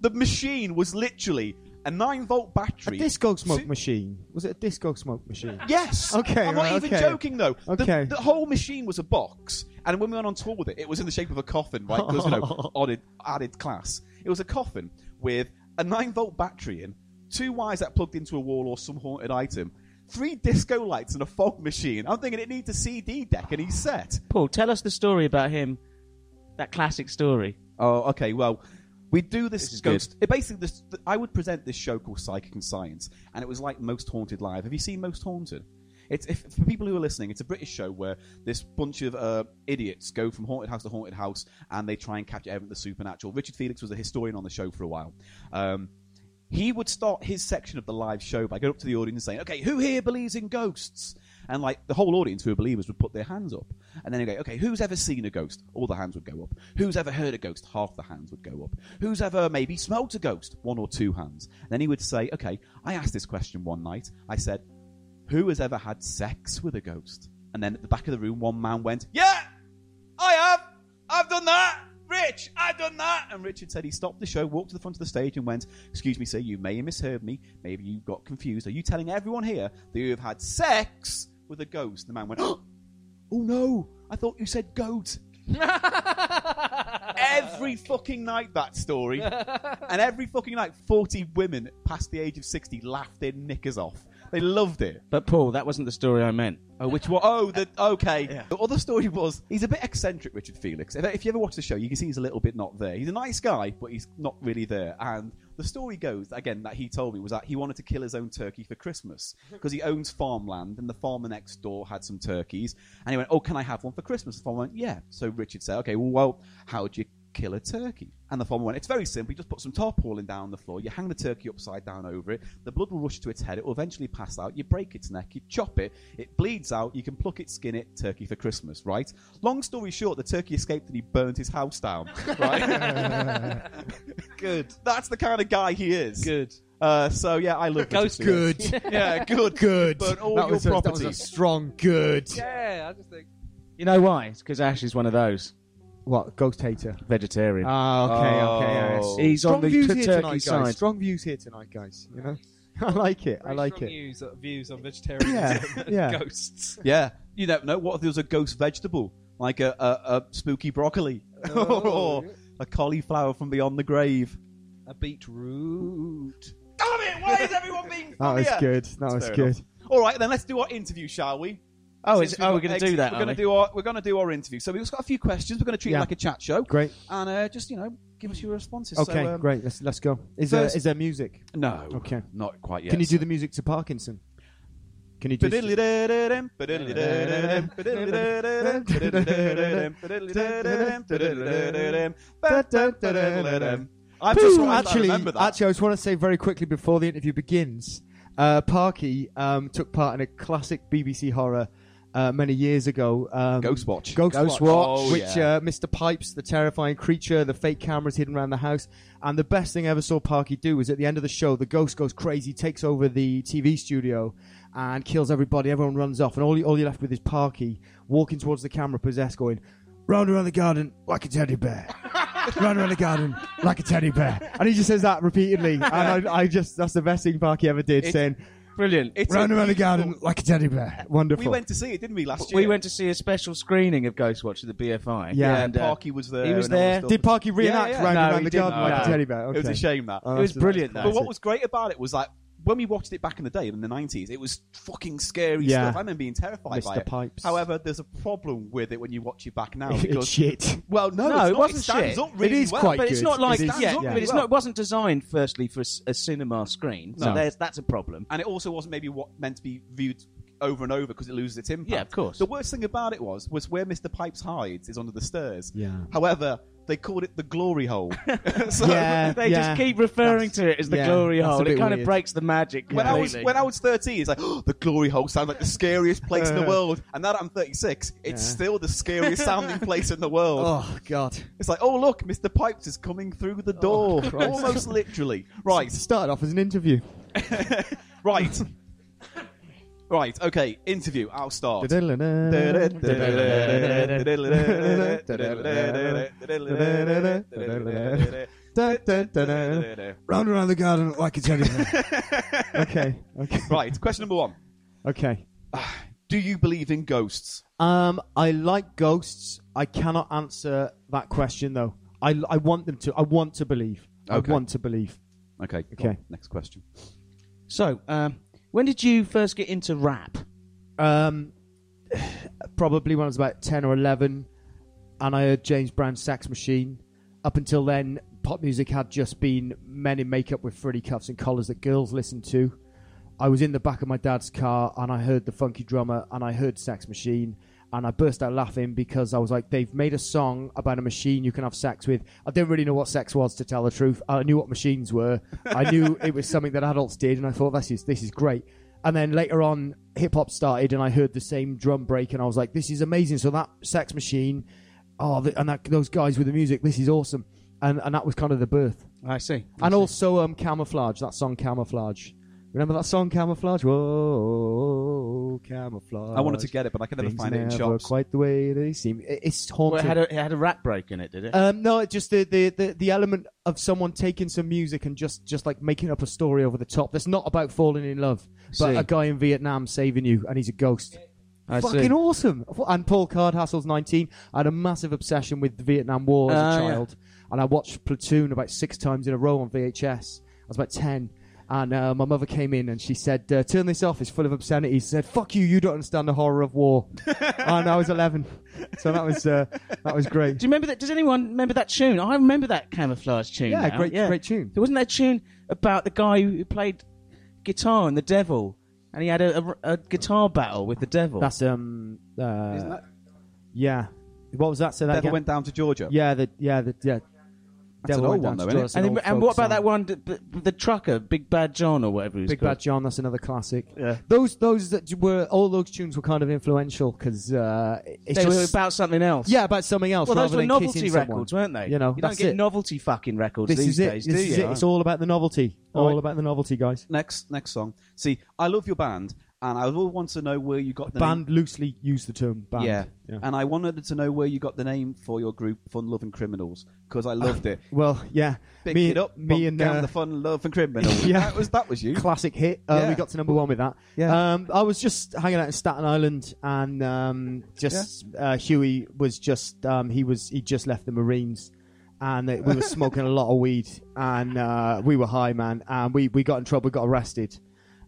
the machine was literally a nine volt
A
battery.
disco smoke
Si-
machine. Was it a disco smoke machine?
Yes.
Okay,
I'm not
right,
even
okay.
joking though. The-
Okay.
The, whole machine was a box, and when we went on tour with it, it was in the shape of a coffin, right? Because you know, added, added class. It was a coffin with a nine volt battery in, two wires that plugged into a wall or some haunted item, three disco lights, and a fog machine. I'm thinking it needs a CD deck, and he's set.
Paul, tell us the story about him. That classic story.
Oh, okay. Well, we do this,
is
ghost. It basically, this, th- I would present this show called Psychic and Science, and it was like Most Haunted Live. Have you seen Most Haunted? It's if, for people who are listening. It's a British show where this bunch of uh, idiots go from haunted house to haunted house, and they try and capture everything the supernatural. Richard Felix was a historian on the show for a while. Um, he would start his section of the live show by going up to the audience and saying, "Okay, who here believes in ghosts?" And like the whole audience who were believers would put their hands up, and then he'd go, "Okay, who's ever seen a ghost?" All the hands would go up. Who's ever heard a ghost? Half the hands would go up. Who's ever maybe smelt a ghost? One or two hands. And then he would say, "Okay, I asked this question one night. I said, who has ever had sex with a ghost?" And then at the back of the room, one man went, "Yeah." I have. I've done that. Rich, I've done that. And Richard said he stopped the show, walked to the front of the stage, and went, Excuse me, sir, you may have misheard me. Maybe you got confused. Are you telling everyone here that you have had sex with a ghost? The man went, Oh no, I thought you said goat. every fucking night that story. and every fucking night, 40 women past the age of 60 laughed their knickers off. They loved it.
But Paul, that wasn't the story I meant.
Oh, which one? Oh, the okay. The other story was he's a bit eccentric, Richard Felix. If, if you ever watch the show, you can see he's a little bit not there. He's a nice guy, but he's not really there. And the story goes again that he told me was that he wanted to kill his own turkey for Christmas because he owns farmland, and the farmer next door had some turkeys, and he went, "Oh, can I have one for Christmas?" The farmer went, "Yeah." So Richard said, "Okay, well, how do you?" kill a turkey. And the farmer went, it's very simple. You just put some tarpaulin down on the floor. You hang the turkey upside down over it. The blood will rush to its head. It will eventually pass out. You break its neck. You chop it. It bleeds out. You can pluck it, skin it. Turkey for Christmas, right? Long story short, the turkey escaped and he burnt his house down. Right? good. That's the kind of guy he is.
Good.
Uh, so yeah, I love
Ghost
Richard Felix.
good.
yeah, good.
Good.
Burn all
that,
your
was a, that was a
property.
strong good.
yeah, I just think.
You know why? It's because Ash is one of those Uh,
What? Ghost hater.
vegetarian.
Ah, okay, okay. yeah,
Oh.
yeah.
He's
strong
on the
views
t-
here
turkey
tonight,
side.
guys. Strong views here tonight, guys. You know, I like it. I
very
like
strong
it.
Views, views on vegetarianism
Yeah,
and
yeah.
ghosts.
Yeah, you don't know. What if there was a ghost vegetable, like a, a, a spooky broccoli
Oh,
or a cauliflower from beyond the grave?
A beetroot.
Damn it! Why is everyone being
That was
funnier?
good. That was
fair
good.
enough. All right, then let's do our interview, shall we?
Oh,
since
is-
we've
oh, we're
got
gonna
eggs,
do that,
We're
are
going to
we?
do our we're going to do our interview. So we've just got a few questions. We're going to treat
Yeah.
it like a chat show.
Great.
And uh, just you know, give us your responses.
Okay,
so, um,
great. Let's let's go. Is there
first-
is there music?
No.
Okay.
Not quite yet.
Can you do the music to Parkinson? Can you do?
Ba-diddly-da-da-dum, ba-diddly-da-da-dum, ba-diddly-da-da-dum, ba-diddly-da-da-dum, ba-diddly-da-da-dum, ba-diddly-da-da-dum, ba-da-da-da-da-da-dum. I've just
Poo!
realised I
actually,
remember that.
actually, I just want to say very quickly before the interview begins, uh, Parky um, took part in a classic BBC horror uh, many years ago. Um,
Ghostwatch.
Ghost, Watch,
Ghostwatch. Oh,
which
yeah.
uh, Mr. Pipes, the terrifying creature, the fake cameras hidden around the house, and the best thing I ever saw Parky do was at the end of the show, the ghost goes crazy, takes over the TV studio, and kills everybody. Everyone runs off, and all you, all you're left with is Parky walking towards the camera, possessed, going round around the garden like a teddy bear. Round around the garden like a teddy bear, and he just says that repeatedly. And I, I just—that's the best thing Parky ever did, saying
Brilliant.
It's
round
a-
around the garden like a teddy bear. Wonderful.
We went to see it, didn't we, last year?
We went to see a special screening of Ghostwatch at the BFI.
Yeah.
and Parky was there.
uh, he was
and all the
there.
stuff.
Did Parky reenact
Yeah, yeah.
round
No,
around
he
the
didn't.
garden like a
No.
teddy bear?
It was a
Okay.
shame that.
Oh,
It was
that's-
brilliant,
that's
though.
But what
classic.
was great about it was like when we watched it back in the day in the nineties, it was fucking scary
Yeah.
stuff. I remember being terrified by
Mr.
it.
Pipes.
However, there's a problem with it when you watch it back now
it's
because
shit.
well, no,
No,
it's
it
not.
wasn't
it stands
shit.
up really
It is
well.
quite
But it's
good.
not like
It
is,
that. yeah,
yeah.
but it's
Well.
not. It wasn't designed firstly for a, s- a cinema screen, so
No.
there's that's a problem.
and it also wasn't maybe what meant to be viewed over and over because it loses its impact.
Yeah, of course.
The worst thing about it was was where Mr. Pipes hides is under the stairs.
Yeah.
However, they called it the glory hole. so
Yeah.
They
yeah.
just keep referring to it as the
yeah,
glory
that's a
hole. It
bit
kind
weird.
of breaks the magic
When I was
completely.
when I was thirteen, it's like "Oh, the glory hole sounds like the scariest place in the world. And now that I'm thirty six, it's
Uh. Yeah.
still the scariest sounding place in the world.
Oh God! Oh,
It's like, oh look, Mr. Pipes is coming through the door, almost literally. Right,
Started off as an interview.
right, right. Okay, interview. I'll start.
Round around the garden like a teddy bear. okay, okay,
Right, question number one.
okay.
Do you believe in ghosts?
Um, I like ghosts. I cannot answer that question though. I, I want them to. I want to believe.
Okay.
I want to believe.
Okay.
Okay.
cool. Next question.
so, um, when did you first get into rap?
Um, probably when I was about ten or eleven, and I heard James Brown's Sex Machine. Up until then, pop music had just been men in makeup with frilly cuffs and collars that girls listened to. I was in the back of my dad's car and I heard the funky drummer and I heard Sex Machine and I burst out laughing because I was like, they've made a song about a machine you can have sex with. I didn't really know what sex was to tell the truth. I knew what machines were. I knew it was something that adults did and I thought this is this is great. And then later on hip hop started and I heard the same drum break and I was like, this is amazing. So that sex machine, oh, the, and that, those guys with the music, this is awesome. And, and that was kind of the birth
I see.
and also um, camouflage. That song, camouflage. Remember that song, camouflage? Whoa, camouflage.
I wanted to get it, but I could never
Things
find it in
never
shops.
Quite the way they seem. It- It's
Well, it
haunted.
had a, it had a rap break in it, did it?
um, no, it just the, the, the, the element of someone taking some music and just, just like making up a story over the top that's not about falling in love, but
See.
a guy in Vietnam saving you and he's a ghost.
I see.
Fucking awesome! And Paul Cardhassel's 19. I had a massive obsession with the Vietnam War as
Ah,
a
yeah.
child, and I watched Platoon about six times in a row on VHS. I was about 10, and uh, my mother came in and she said, uh, "Turn this off. It's full of obscenities." She said, "Fuck you! You don't understand the horror of war." and I was 11, so that was uh, that was great.
Do you remember that? Does anyone remember that tune? I remember that camouflage tune.
Yeah,
now.
great- great tune.
There wasn't that tune about the guy who played guitar and the devil, and he had a, a- a guitar battle with the devil.
That's um, uh,
Isn't that
yeah. What was that? Say that
Never
again.
went down to Georgia?
yeah, the yeah the yeah.
That's an
Devil Went
old one,
Down
though,
to
isn't
Jaws,
it?
an
and,
old
then- and
folk
what about
song.
that one, the, the- the trucker, Big Bad John or whatever he was
Big
called?
Bad John, that's another classic.
Yeah.
Those those that were all those tunes were kind of influential because uh, it's
They
just,
were about something else.
yeah about something else.
Well, those
rather
were
than
novelty
kissing someone.
records, weren't they?
You know,
you don't
that's
get
it.
novelty fucking records
This
these
is
days,
it.
do
This is
you?
it. It's all about the novelty. All
right.
about the novelty, guys.
Next, next song. See, I love your band, and I will want to know where you got the
Band loosely used the term
Name.
band.
Yeah. and I wanted to know where you got the name for your group, Fun Loving Criminals, because I loved it.
Well, yeah.
Pick
me
it up,
me and
down
uh,
the Fun Loving Criminals.
Yeah.
that was that was you.
classic hit. Uh,
Yeah.
We got to number one with that.
Yeah.
Um, I was just hanging out in Staten Island, and um, just uh, Huey was just um, he was he just left the Marines, and uh, we were smoking a lot of weed, and uh, we were high, man, and we we got in trouble, got arrested.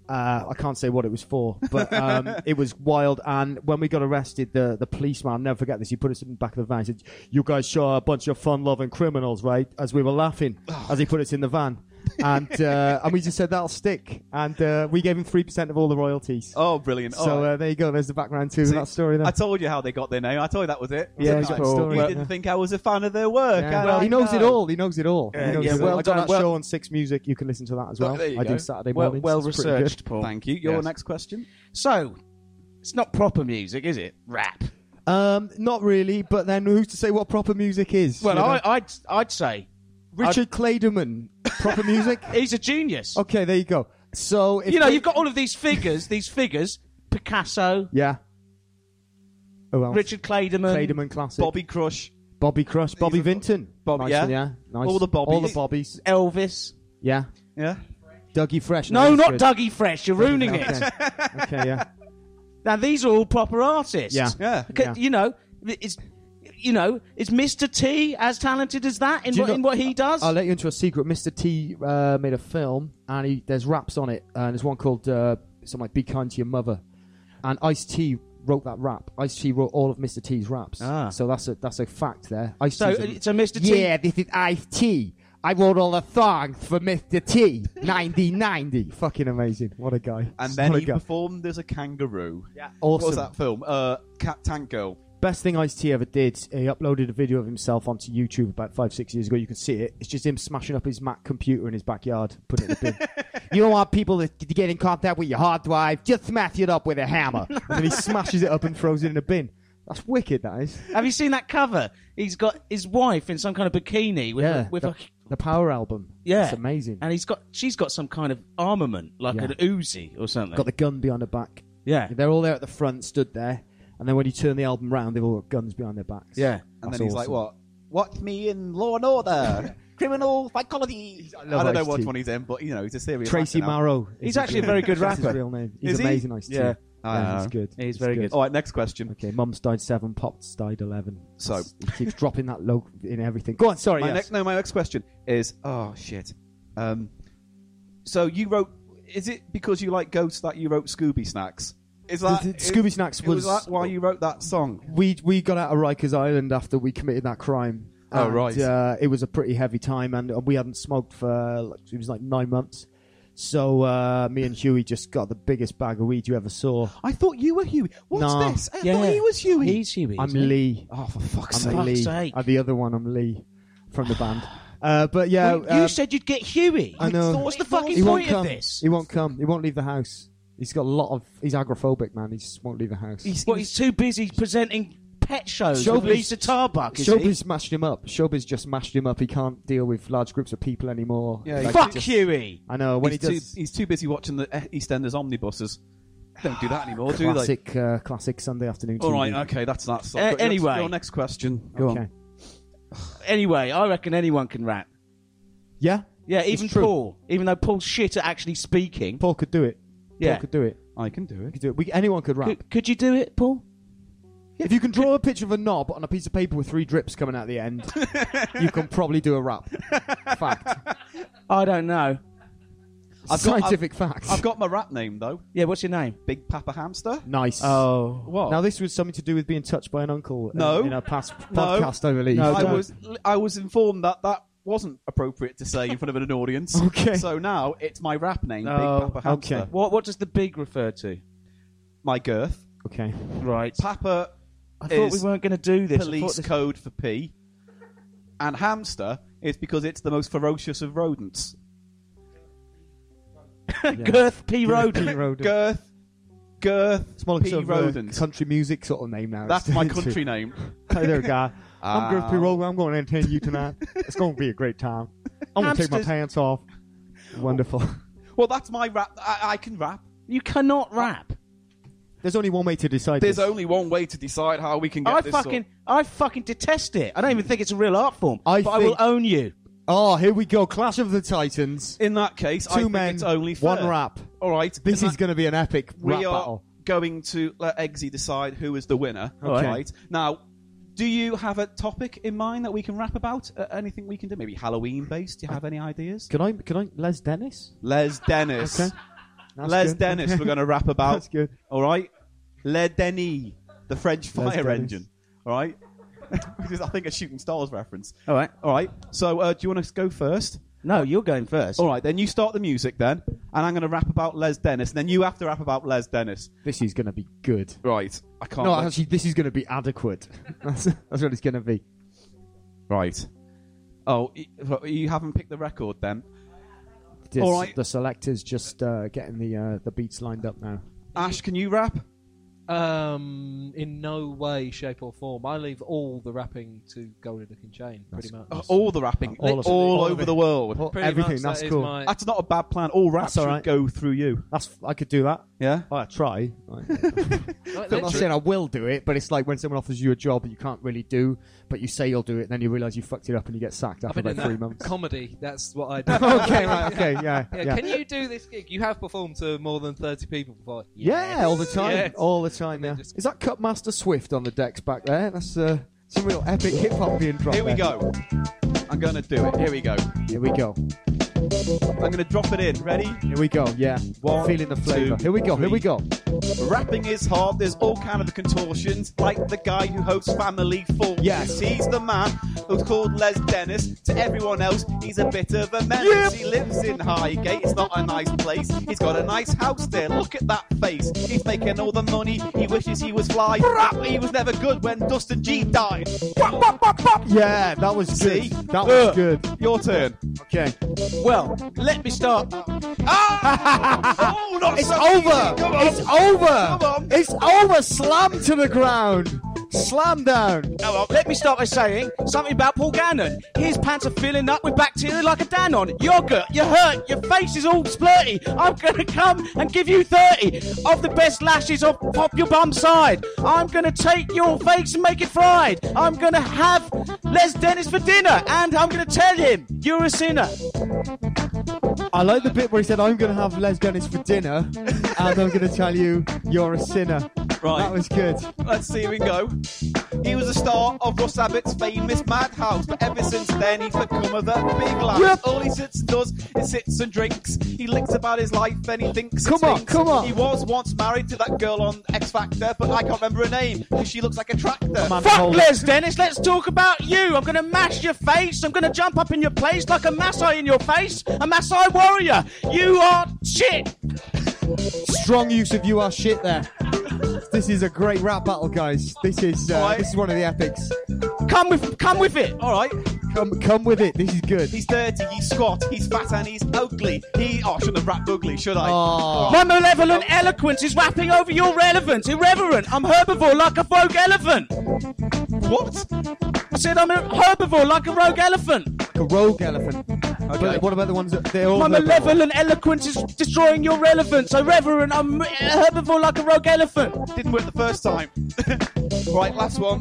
Uh, I can't say what it was for, but um, it was wild. And when we got arrested, the, the policeman, I'll never forget this, he put us in the back of the van. He said, You guys sure are a bunch of fun loving criminals, right? As we were laughing, as he put us in the van. And uh, and we just said, That'll stick. And uh, we gave him 3% of all the royalties.
Oh, brilliant!
so
oh,
uh, there you go. There's the background to that story there.
I told you how they got their name. I told you that was it.
Yeah,
Didn't I?
it's cool.
You
Yeah.
didn't think I was a fan of their work.
Yeah,
and
well,
I
he knows it
know.
all. He knows it all.
Yeah,
he knows
yeah,
it
well
all. I got
done,
that
well-
show on Six Music. You can listen to that as
Oh,
well.
there you
I
go.
do Saturday
Well,
mornings.
well
It's pretty good.
researched, Paul.
Thank you. Your
Yes.
next question.
So, it's not proper music, is it? Rap.
Um, not really, but then who's to say what proper music is?
Well,
you know?
I, I'd I'd say
Richard Clayderman, proper music.
he's a genius.
Okay, there you go. So if
you know,
they-
you've got all of these figures, these figures: Picasso,
yeah. Oh well,
Richard Clayderman,
Clayderman classic.
Bobby Crush.
Bobby Crush, Bobby Vinton,
Bobby-
nice,
yeah.
one, yeah, nice.
All the Bobbies.
all the Bobbies,
Elvis.
yeah.
Yeah.
Dougie Fresh,
No,
he's
not
good.
Dougie Fresh. You're ruining it.
Okay. okay, yeah,
Now these are all proper artists.
yeah.
Yeah.
C-
Yeah.
You know, is you know is Mr. T as talented as that in
Do you
what
know-
in what he does?
I'll let you into a secret. Mr. T uh, made a film, and he, there's raps on it, and there's one called uh, something like "Be Kind to Your Mother," and Ice T wrote that rap. Ice T wrote all of Mr. T's raps,
Ah.
so that's a that's a fact there. Ice
so uh, so Mr. T.
yeah, this is Ice T. I wrote all the songs for Mr. T. 1990. Fucking amazing! What a guy!
And then
what a
he
guy.
performed as a kangaroo. Yeah.
awesome.
What was that film? Uh, Cat Tank Girl.
best thing Ice T ever did, he uploaded a video of himself onto YouTube about five, six years ago. You can see it. It's just him smashing up his Mac computer in his backyard, putting it in the bin. you don't want people to to get in contact with your hard drive. Just smash it up with a hammer. and then he smashes it up and throws it in a bin. That's wicked, that is.
Have you seen that cover? He's got his wife in some kind of bikini with a, with
the,
a
the Power album.
yeah,
It's amazing.
And he's got she's got some kind of armament like
Yeah.
an Uzi or something.
Got the gun behind her back.
yeah,
They're all there at the front, stood there. And then when you turn the album round, they've all got guns behind their backs.
yeah.
And
That's
then he's
awesome.
like, "What? What me in Law and
Uh,
Order? Criminal psychology." I,
love
don't know
Ice-T.
what one he's in, but you know, he's a serious
Tracy
actor now.
Marrow. is
He's
his
actually a
real-
very good
that's his
rapper.
real name. He's
Is he?
amazing, Ice T.
Yeah.
yeah,
Ah.
he's good.
He's very good.
All right, next question.
Okay, mum's died seven, pops died eleven.
So-
That's- he keeps dropping that low in everything. Go on, sorry.
My
yes.
next, no, my next question is, oh shit. Um, so you wrote? Is it because you like ghosts that you wrote Scooby Snacks? Is that
the Scooby Snacks
was,
was-
that why you wrote that song?
we we got out of Rikers Island after we committed that crime.
Oh,
And,
right.
Uh, it was a pretty heavy time, and uh, we hadn't smoked for like, it was like nine months. So uh, me and Huey just got the biggest bag of weed you ever saw.
I thought you were Huey. What's
Nah.
this? I thought he was Huey.
He's Huey.
I'm
isn't he?
Lee.
oh, for fuck's
I'm
sake!
Lee.
sake.
I'm the other one. I'm Lee from the band. Uh, but yeah,
Well, you
um,
said you'd get Huey.
I know.
What's the fucking
he won't
point
come.
of this?
He won't come. He won't leave the house. He's got a lot of. He's agoraphobic, man. He just won't leave the house.
What, he's too busy presenting pet shows with
Showbiz-
Lisa Tarbuck, is
Showbiz mashed him up. Showbiz just mashed him up. He can't deal with large groups of people anymore.
Yeah,
he?
like,
Fuck
just-
Huey.
I know. When
He's,
he
too,
does
he's too busy watching the eh, EastEnders omnibuses. Don't do that anymore, do they?
classic, uh, classic Sunday afternoon.
All
TV.
right, okay, that's that. song.
Uh,
But your-
anyway.
your next question. Go
Okay.
on.
Anyway, I reckon anyone can rap.
Yeah,
Yeah,
It's
even
true.
Paul. Even though Paul's shit at actually speaking.
Paul could do it.
Yeah.
Paul could do it.
I can do
He
it.
could do it. We, anyone could rap.
Could, could you do it, Paul?
if you can draw a picture of a knob on a piece of paper with three drips coming out the end, you can probably do a rap. Fact.
I don't know.
I've got-
Scientific fact.
I've got my rap name though.
Yeah, what's your name?
Big Papa Hamster.
nice.
Oh.
What?
Now this was something to do with being touched by an uncle. in-
No.
In our past
No.
podcast, I believe.
No,
I
don't.
was I was informed that that wasn't appropriate to say in front of an audience.
Okay.
So now it's my rap name,
Oh,
Big Papa Hamster.
okay.
What, what does the big refer to?
My girth.
Okay.
Right.
Papa
I thought we
is
weren't going to do this. I
police
thought this-
code for P. And hamster is because it's the most ferocious of rodents.
Girth P. Roden.
Road.
Girth, girth,
It's more like
P.
sort of a
rodents.
country music sort of name now.
That's
It's
my
turned to.
country name.
Hey there, guy. I'm Griff P.
Ah.
Rogan. I'm going to entertain you tonight. it's going to be a great time. I'm going to take my
Hamsters-
pants off. Wonderful.
Well, that's my rap. I, I can rap.
You cannot rap.
There's only one way to decide.
There's
this.
only one way to decide how we can get
I
this.
fucking, I fucking detest it. I don't even think it's a real art form.
I
but I will
think-
own you.
oh, here we go. Clash of the Titans.
sort- In that case, I
Two
think
men,
it's only fair.
one rap.
All right.
This
in
is
that-
going to be an epic
we
rap
are
battle.
going to let Eggsy decide who is the winner.
Okay.
Right now, do you have a topic in mind that we can rap about? Uh, anything we can do? Maybe Halloween based? Do you have any ideas?
Can I? Can I? Les Dennis?
Les Dennis.
Okay. That's
Les
good.
Dennis, we're going to rap about.
That's good.
All right. Le Denis, the French
Les
fire
Dennis.
engine. All right. Which is, I think, a Shooting Stars reference.
All right.
All right. So, uh, do you want to go first?
No, you're going first.
All right, then you start the music then, and I'm going to rap about Les Dennis, and then you have to rap about Les Dennis.
This is going to be good.
Right. I can't.
No,
wait.
actually, this is going to be adequate. that's, that's what it's going to be.
Right. Oh, y- you haven't picked the record then.
This-
All right.
The selector's just uh, getting the uh, the beats lined up now.
Ash, can you rap?
Um, in no way, shape, or form. I leave all the rapping to Goldie Looking Chain, pretty much.
Uh, all the rapping,
All
all,
of it. All of
over
it.
the world.
Well,
Pretty
everything.
much,
that's
that is
cool.
my-
That's not a bad plan. All rap
That's
should
all right.
go through you.
That's I could do that.
Yeah.
Well, I try.
Like,
I'm not
literally-
saying I will do it, but it's like when someone offers you a job that you can't really do, but you say you'll do it, and then you realise you fucked it up and you get sacked
I've
after
been
about
in
three
that
months.
comedy. That's what I do.
okay, right, okay, yeah,
Yeah,
yeah.
Can you do this gig? You have performed to more than thirty people before.
Yeah, all the time,
Yes.
all the time. Yeah.
just-
Is that Cupmaster Swift on the decks back there? That's uh, some real epic hip hop being dropped.
Here we
there.
go. I'm going to do it. Here we go.
Here we go.
I'm going to drop it in. Ready?
Here we go. Yeah,
One,
feeling the flavour.
two,
Here we go. Here we
three.
go.
Rapping is hard, there's all kind of contortions. Like the guy who hosts Family Fortunes.
Yes.
He's the man who's called Les Dennis. To everyone else, he's a bit of a menace. He lives in Highgate, it's not a nice place. He's got a nice house there, look at that face. He's making all the money, he wishes he was fly. Rap, He was never good when Dustin G died. Bop, bop, bop, bop.
Yeah, that was good.
See?
That was
Uh,
good.
Your turn.
Okay.
Well, let me start. Ah! oh, not
It's
so
over.
easy. Come on.
It's over.
on.
It's over. Slam to the ground. Slam down.
Now, uh, let me start by saying something about Paul Gannon. His pants are filling up with bacteria like a Danone. Yogurt, you're hurt, your face is all splurty. I'm gonna come and give you 30 of the best lashes of pop your bum side. I'm gonna take your face and make it fried. I'm gonna have Les Dennis for dinner, and I'm gonna tell him you're a sinner.
I like the bit where he said, "I'm going to have Les Dennis for dinner, and I'm going to tell you you're a sinner."
Right.
That was good.
Let's see, here we go. He was a star of Russ Abbott's famous Madhouse, but ever since then he's become a the big lad.
Yep.
All he sits and does is sits and drinks. He licks about his life, then he thinks. and
Come on,
thinks.
come on.
He was once married to that girl on X Factor, but I can't remember her name because she looks like a tractor.
Man,
Fuck
hold-
Les Dennis, let's talk about you. I'm gonna mash your face. I'm gonna jump up in your place like a Maasai in your face, a Maasai warrior. You are shit.
Strong use of "you are shit" there. This is a great rap battle, guys. This is uh,
Alright.
this is one of the epics.
Come with, come with it.
All right,
Come, come with it. This is good.
he's dirty, he's squat, he's fat, and he's ugly. He oh, I shouldn't have rapped ugly, should I?
Oh,
My malevolent eloquence is wrapping over your relevance. Irreverent. I'm herbivore like a rogue elephant.
What?
I said I'm a herbivore like a rogue elephant.
like a rogue elephant.
Okay.
But what about the ones that they're all?
My
liberal?
malevolent eloquence is destroying your relevance. Irreverent. I'm a herbivore like a rogue elephant.
Didn't work the first time. right, last one.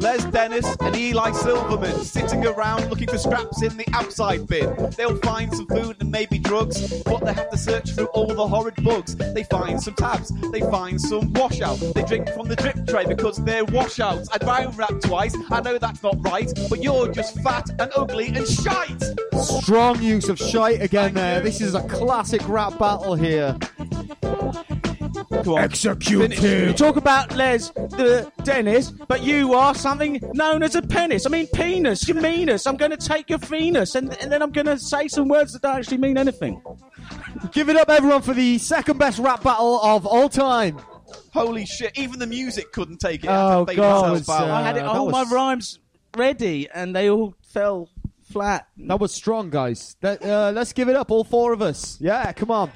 Les Dennis and Eli Silverman sitting around looking for scraps in the outside bin. They'll find some food and maybe drugs, but they have to search through all the horrid bugs. They find some tabs, they find some washout. They drink from the drip tray because they're washouts. I'd round rap twice, I know that's not right, but you're just fat and ugly and shite!
Strong use of shite again there. This is a classic rap battle here.
Come on.
You talk about Les the Dennis, but you are something known as a penis. I mean penis, you meanus. I'm gonna take your penis and, and then I'm gonna say some words that don't actually mean anything.
Give it up, everyone, for the second best rap battle of all time.
Holy shit, even the music couldn't take it.
Oh,
They
God,
themselves
it's,
out.
uh,
I had it,
that
all my
was-
rhymes ready and they all fell flat.
That was strong, guys. That, uh, let's give it up, all four of us. Yeah, come on.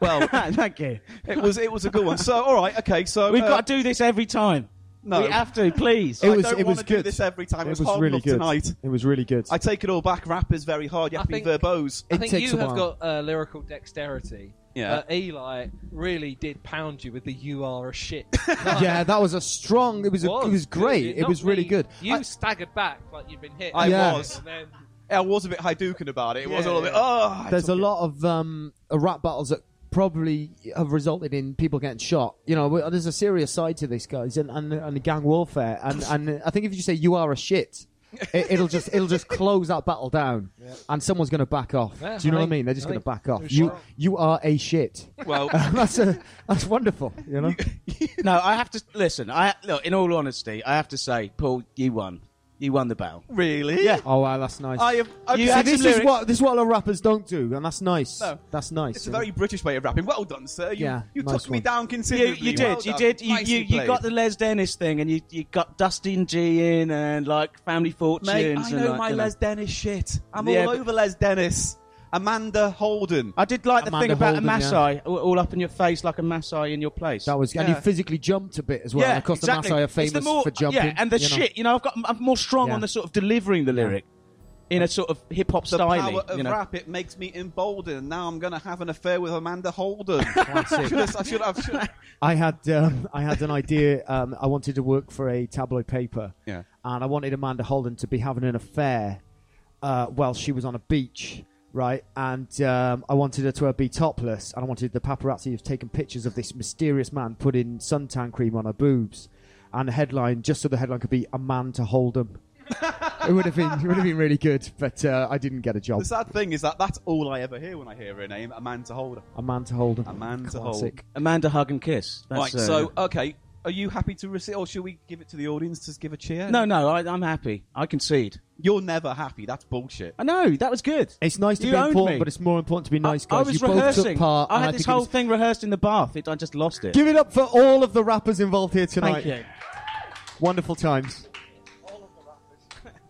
well,
Thank you.
It was it was a good one. So all right, okay. So
We've
uh,
got to do this every time.
no.
We have to, please.
It was.
don't
It
wanna
was
do
good.
this every time. It
It
was
was,
hard
really
enough
good
tonight.
It was really good.
I take it all back. Rap is very hard. You have
I
to be
think-
verbose.
I
It
think
takes
you
a
have
while.
got uh, lyrical dexterity.
Yeah.
Uh, Eli really did pound you with the "you are a shit."
yeah, that was a strong. It was. A, it was
good.
great.
It
It was
knocked
really
me-
good.
You
I-
staggered back like you'd been hit.
I
Yeah.
was.
And then-
I was a bit Hadouken about it. It was
Yeah,
a little bit.
yeah.
Oh, I
there's a
took
lot of um, uh, rap battles that probably have resulted in people getting shot. You know, w- there's a serious side to this, guys, and and, and the gang warfare. And and I think if you say you are a shit, It, it'll just it'll just close that battle down, and someone's going to back off.
Yeah,
Do you know
I
what I
think-
mean? They're just
I
going to
think
back off.
you're
You
sure.
you are a shit.
Well,
that's a that's wonderful. You know.
No, I have to listen. I look. In all honesty, I have to say, Paul, you won. You won the battle.
really?
Yeah.
Oh wow, that's nice.
I have. I've
You
See,
had
said
some
this is
lyrics.
what this is what a lot of rappers don't do, and that's nice.
No.
That's nice.
It's a
you know?
very British way of rapping. Well done, sir. You,
Yeah,
you
nice
took me
one.
down
You,
considerably.
you
Well
did, you
done.
did. You,
Nicely
you, you
played.
got the Les Dennis thing, and you, you got Dustin G in, and like Family Fortunes.
Mate, I
and,
know
like,
my
you know.
Les Dennis shit. I'm
Yeah,
all
but-
over Les Dennis. Amanda Holden.
I did like the
Amanda
thing about
Holden,
a
yeah.
Masai, all- all up in your face like a Masai in your place.
That was, and
Yeah.
he physically jumped a bit as well.
yeah,
of course,
exactly.
the Maasai are
It's
famous
the more,
for jumping.
Yeah, and the
you know.
shit. You know, I've got. I'm more strong
Yeah.
on the sort of delivering the lyric in a sort of hip hop
the
style.
power of
you know.
rap, it makes me emboldened. Now I'm going to have an affair with Amanda Holden.
Classic.
Should have- I should have. Should have.
I had um, I had an idea. Um, I wanted to work for a tabloid paper,
Yeah.
and I wanted Amanda Holden to be having an affair uh, while she was on a beach, right? And um, I wanted her to be topless, and I wanted the paparazzi who've taken pictures of this mysterious man putting suntan cream on her boobs, and the headline just so the headline could be "A Man to Holden." it would have been it would have been really good, but uh, I didn't get a job.
The sad thing is that that's all I ever hear when I hear her name, Amanda Holden.
A Man to Holden.
Amanda
Classic.
Holden.
Amanda hug and kiss. That's,
right,
uh,
so, okay. Are you happy to receive, or should we give it to the audience to give a cheer?
no, no, I, I'm happy. I concede.
You're never happy. That's bullshit.
I know that was good.
It's nice to
You
be
owned
important,
me.
but it's more important to be nice,
I,
guys.
I was
you both took
rehearsing.
part.
I
and
had this
think it
whole
was-
thing rehearsed in the bath. It, I just lost it.
Give it up for all of the rappers involved here tonight.
Thank you.
Wonderful times.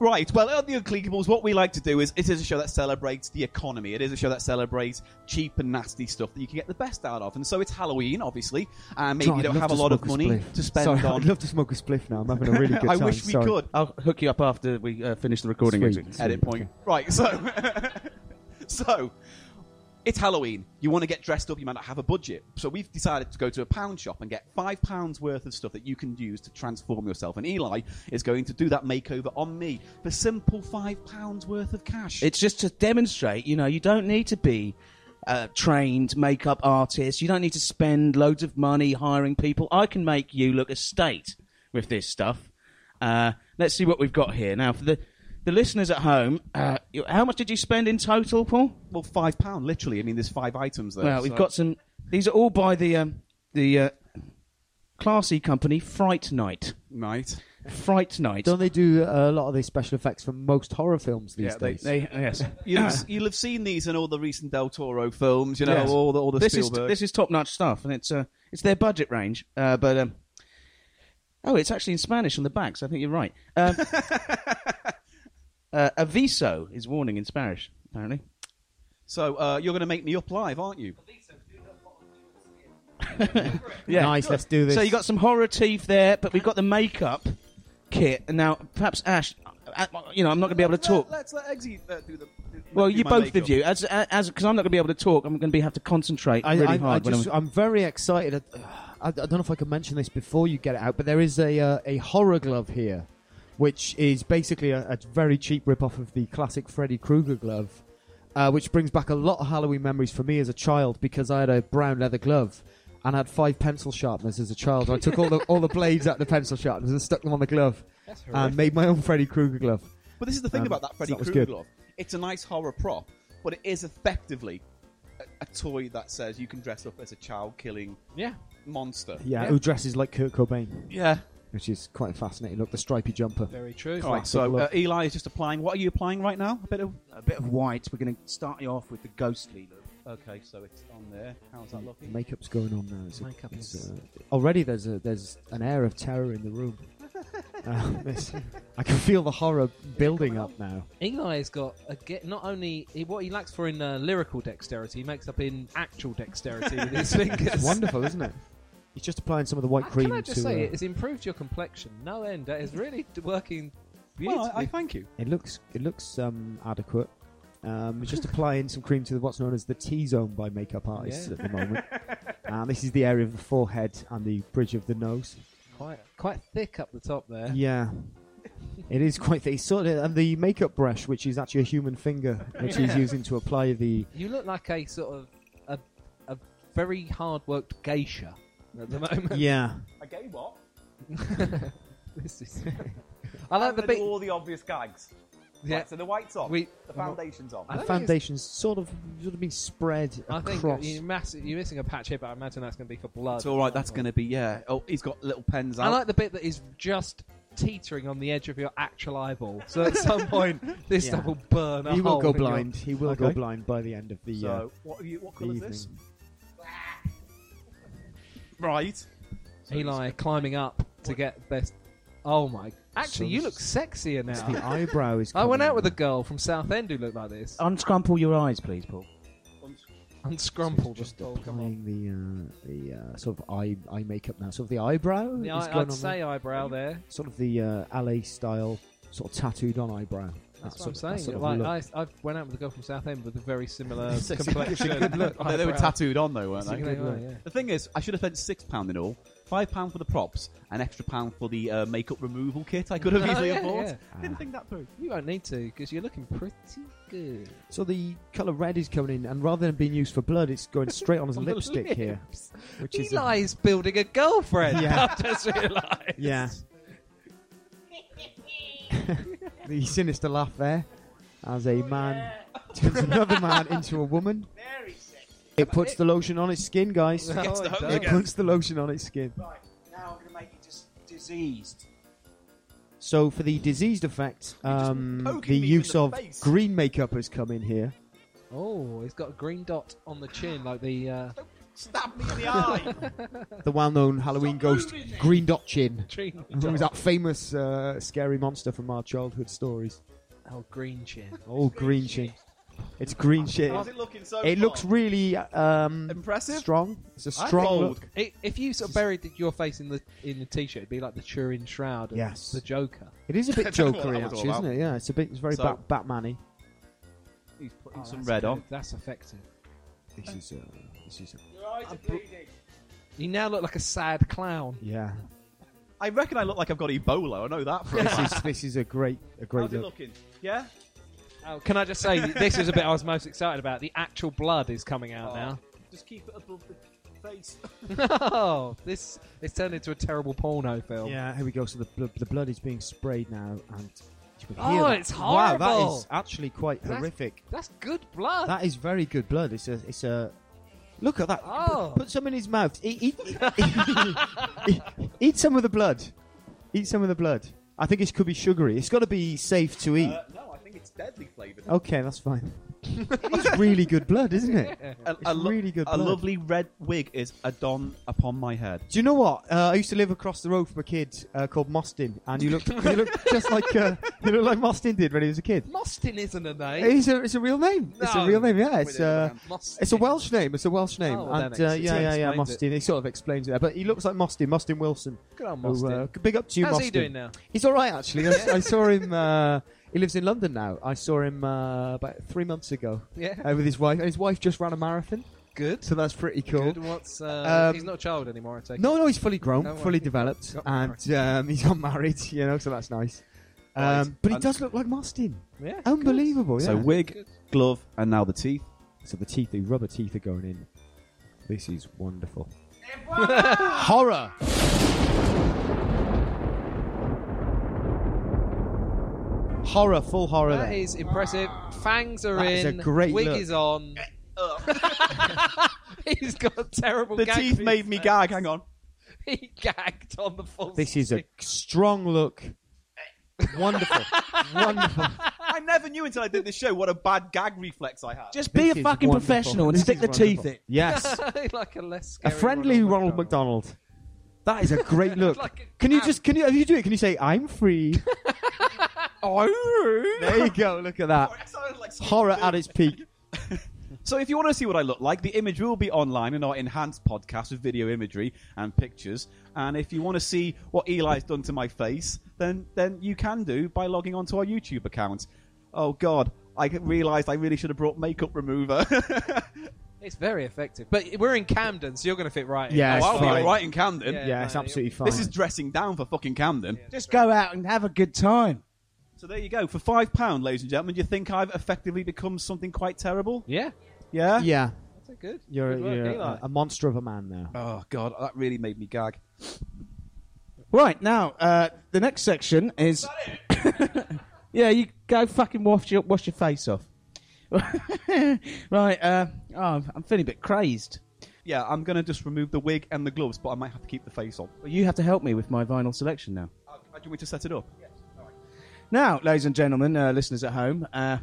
Right, well, on The Unclickables, what we like to do is it is a show that celebrates the economy. It is a show that celebrates cheap and nasty stuff that you can get the best out of. And so it's Halloween, obviously, and maybe
God,
you
I'd
don't
love
have a
to
lot of
smoke
money
spliff.
to spend
Sorry,
on.
I'd love to smoke a spliff now. I'm having a really good
I
time.
wish we
Sorry.
could.
I'll hook you up after we uh, finish the recording.
Sweet.
Adrian.
Sweet.
Edit point. Right, so so it's Halloween. You want to get dressed up, you might not have a budget. So we've decided to go to a pound shop and get five pounds worth of stuff that you can use to transform yourself. And Eli is going to do that makeover on me for simple five pounds worth of cash.
It's just to demonstrate, you know, you don't need to be a trained makeup artist. You don't need to spend loads of money hiring people. I can make you look a state with this stuff. Uh, let's see what we've got here. Now, for the, the listeners at home, uh, you- how much did you spend in total, Paul?
well five pound literally. I mean, there's five items there.
Well, we've
so-
got some. These are all by the um, the uh, classy company Fright Night.
right.
Fright Night.
Don't they do uh, a lot of these special effects for most horror films these
Yeah, they-
days?
They- yes.
You'll have, you'll have seen these in all the recent Del Toro films. You know,
Yes.
all the all the
this is
Spielberg.
this is top notch stuff, and it's uh, it's their budget range. Uh, but um, oh, it's actually in Spanish on the back, so I think you're right. Um, uh, aviso is warning in Spanish, apparently.
so uh, you're going to make me up live, aren't you?
Yeah.
Nice, let's do this.
So you got some horror teeth there, but we've got the makeup kit, and now perhaps Ash, uh, you know, I'm not going to be able to talk.
Let's let Exy uh, do the. do-
Well,
do
you
my
both
makeup.
of you, as as because I'm not going to be able to talk, I'm going to be have to concentrate
I,
really
I, I
hard. when
just,
I'm-
I'm very excited. I, I, I don't know if I can mention this before you get it out, but there is a uh, a horror glove here, which is basically a, a very cheap rip off of the classic Freddy Krueger glove, uh, which brings back a lot of Halloween memories for me as a child because I had a brown leather glove. And had five pencil sharpeners as a child. I took all the all the blades out of the pencil sharpeners and stuck them on the glove, and made my own Freddy Krueger glove.
But this is the thing
Um,
about that Freddy
that was
Krueger
good.
glove. It's a nice horror prop, but it is effectively a, a toy that says you can dress up as a child-killing
Yeah.
monster.
Yeah, who dresses like Kurt Cobain,
Yeah.
which is quite a fascinating. Look, the stripy jumper.
Very true.
All right. So uh, Eli is just applying. What are you applying right now? A bit of.
a bit of white. We're going to start you off with the ghostly look.
Okay, so it's on there. How's that looking?
Makeup's going on now. It's
Makeup
it's,
is-
uh, already. There's a there's an air of terror in the room. Um, it's- I can feel the horror building up now.
Eli's got a get, not only he, what he lacks for in uh, lyrical dexterity, he makes up in actual dexterity with his fingers.
It's wonderful, isn't it? He's just applying some of the
Uh,
white cream
Can I just
to.
say
uh,
it's improved your complexion no end. That is really d- working beautifully.
Well, I, I thank you.
it looks it looks um, adequate. Um, he's just applying some cream to the, what's known as the T zone by makeup artists
Yeah.
at the moment. uh, this is the area of the forehead and the bridge of the nose.
quite quite thick up the top there.
Yeah. It is quite thick. Sort of, and the makeup brush, which is actually a human finger, which he's using to apply the
You look like a sort of a, a very hard worked geisha at the moment.
yeah.
I gave what?
this is I like
And
the
they do
bit-
all the obvious gags.
Yeah.
Right, so the white's on.
We-
the foundation's on.
I
The
think
foundation's sort of sort of been spread
I think
across.
you're, mass- you're missing a patch here, but I imagine that's going to be for blood.
It's all right. That's going to be yeah. Oh, he's got little pens out.
I like the bit that is just teetering on the edge of your actual eyeball. So at some point, this
Yeah.
stuff will burn.
he
a
will
hole
go
in your-
blind. He will go
Okay.
blind by the end of the. uh,
So what have you? What colour is this?
evening.
Right.
Eli climbing up to get this. Oh my! Actually, you look sexier
It's the
now.
eyebrow is.
I went
coming
out with a
in.
girl from Southend who looked like this.
Unscrumple your eyes, please, Paul.
Unscrumpled.
Just
oh, come on.
applying the uh, the uh, sort of eye eye makeup now. Sort of the eyebrow
Yeah,
is
I,
going
I'd
on.
say eyebrow there.
the- sort of the uh, LA style, sort of tattooed on eyebrow.
That's
That
what
sort
I'm
of- that sort
saying.
of
Like
look.
I, I went out with a girl from Southend with a very similar complexion.
uh, They, they were
eyebrow.
tattooed on though, weren't
It's a
they?
good eye, yeah.
The thing is, I should have spent six pound in all. Five pound for the props, an extra pound for the uh, makeup removal kit. I could have
Oh,
easily
yeah,
afforded.
yeah.
Didn't think that through.
You won't need to because you're looking pretty good.
So the colour red is coming in, and rather than being used for blood, it's going straight on his
On the
lipstick here, which is. uh,
Eli's building a girlfriend.
Yeah.
I've just realised.
Yeah. the sinister laugh there as
Oh,
a man turns another man into a woman. It puts the lotion on its skin, guys.
Oh,
No,
It
it
hook
does.
puts the lotion on its skin.
Right, now I'm going to make it just diseased.
So for the diseased effect, um,
poking
the
me
use
with the
of
face.
green makeup has come in here.
Oh, he's got a green dot on the chin, like the. Uh,
Stab me in the eye.
The well-known Halloween ghost, Green Dot Chin,
green
who was that famous uh, scary monster from our childhood stories.
Oh, green chin.
Old Green Chin. It's green shit.
How's it looking so
It
far?
looks really um,
Impressive?
Strong. It's a
I'm
strong
bold.
look.
I if you sort of buried the, your face in the in the t-shirt, it'd be like the Turin shroud of
Yes.
the Joker.
It is a bit
I don't know what
jokery,
that was
actually,
all
isn't it? Yeah, it's a bit. It's very
So-
Bat- Batman-y.
He's putting
Oh,
some
that's
red
good.
on.
That's effective.
This is. Uh, this is. A,
You now look like a sad clown.
yeah.
I reckon I look like I've got Ebola. I know that for a
This
fact.
is. This is a great. A great
How's it
look.
looking? Yeah.
Oh, can I just say this is a bit I was most excited about? The actual blood is coming out now.
Just keep it above the face.
Oh, this it's turned into a terrible porno film.
Yeah. Here we go. So the bl- the blood is being sprayed now, and you can
Oh,
hear it.
it's
Wow, that
horrible.
is actually quite
That's-
horrific.
That's good blood.
That is very good blood. It's a. It's a. Look at that.
Oh.
Put, put some in his mouth. Eat, eat, eat, eat some of the blood. Eat some of the blood. I think it could be sugary. It's got to be safe to eat.
Uh, no, I think it's deadly flavoured.
Okay, that's fine. it's really good blood, isn't it?
a,
It's really good
A
blood.
lovely red wig is a don upon my head.
Do you know what? Uh, I used to live across the road from a kid uh, called Mostin, and he looked, he looked just like uh, he looked like Mostin did when he was a kid.
Mostin isn't a name.
It's a, it's a real name. It's a
No.
real name. Yeah, it's uh,
Mostin.
it's a Welsh name. It's a Welsh name.
Oh, well,
and
that
uh,
makes
yeah,
sense.
yeah, yeah,
Explains
Mostin. He sort of explains it there, but he looks like Mostin, Mostin Wilson.
Good on
who, uh,
Mostin.
big up to you,
How's he
Mostin.
doing now?
He's all right, actually. I, I saw him. Uh, he lives in London now. I saw him uh, about three months ago
Yeah,
uh, with his wife, and his wife just ran a marathon,
good.
so that's pretty cool.
Good. What's uh,
Um,
he's not a child anymore. I take
No, no, he's fully grown,
Don't worry.
fully developed,
Got
and um, he's not married, you know, so that's nice. Um,
Right.
But he
And-
does look like Mostin.
it. Yeah,
Unbelievable, yeah.
So wig, glove, and now the teeth.
so the teeth, the rubber teeth are going in. This is wonderful. Horror! Horror, full horror
That
there.
is impressive. Fangs are
That is
in.
a great
Wig
look. Eh,
is on. He's got a terrible.
The
gag
teeth
reflex.
made me gag. Hang on.
He gagged on the false.
This is a
teeth.
strong look. wonderful. wonderful.
I never knew until I did this show what a bad gag reflex I had.
Just
This
be
is
a fucking
wonderful.
professional and
This
stick
is
the teeth
wonderful.
in.
Yes.
like a less.
a
Scary
friendly Ronald McDonald. That is a great look.
Like a
can you
clown.
just can you if you do it? Can you say I'm free? there you go. Look at that
Sorry, I sounded like something
horror
to do.
at its peak.
So if you want to see what I look like, the image will be online in our enhanced podcast with video imagery and pictures. And if you want to see what Eli's done to my face, then then you can do by logging onto our YouTube account. Oh God, I realised I really should have brought makeup remover.
It's very effective. But we're in Camden, so you're going to fit right in. Oh,
Yeah, it's
I'll be
fine.
all right in Camden.
Yeah,
Yeah, it's
no,
absolutely fine.
This is dressing down for fucking Camden.
Just go out and have a good time.
So there you go. For five pound, ladies and gentlemen, do you think I've effectively become something quite terrible?
Yeah.
Yeah.
yeah.
That's a good.
You're,
good work,
you're
Eli.
Oh,
a, a monster of a man now.
Oh God, that really made me gag.
Right now, uh, the next section is. yeah, you go fucking wash your wash your face off. right, uh, oh, I'm I'm feeling a bit crazed.
Yeah, I'm gonna just remove the wig and the gloves, but I might have to keep the face on.
Well, you have to help me with my vinyl selection now.
Uh, do you want me to set it up?
Now, ladies and gentlemen, uh, listeners at home, uh,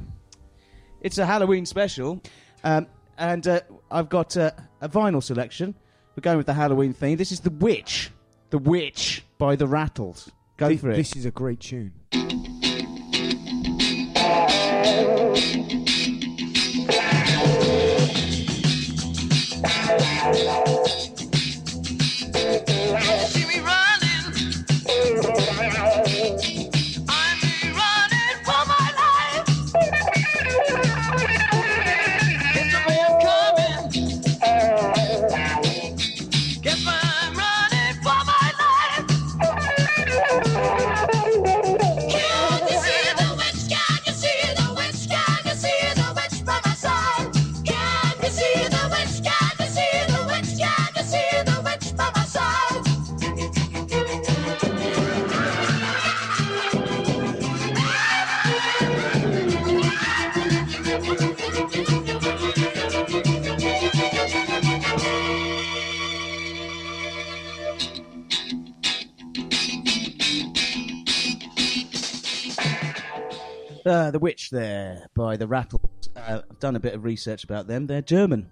it's a Halloween special, um, and uh, I've got uh, a vinyl selection. We're going with the Halloween theme. This is The Witch. The Witch by The Rattles. Go
Th-
for it.
This is a great tune.
See me running. I'm running for my life. It's a man coming. Guess I'm running for my life. Can you see the witch? Can you see the witch? Can you see the witch by my side? Can you see the witch? Can you see the witch? Can you see the witch by my side?
Uh, the Witch there by The Rattles. Uh, I've done a bit of research about them. They're German.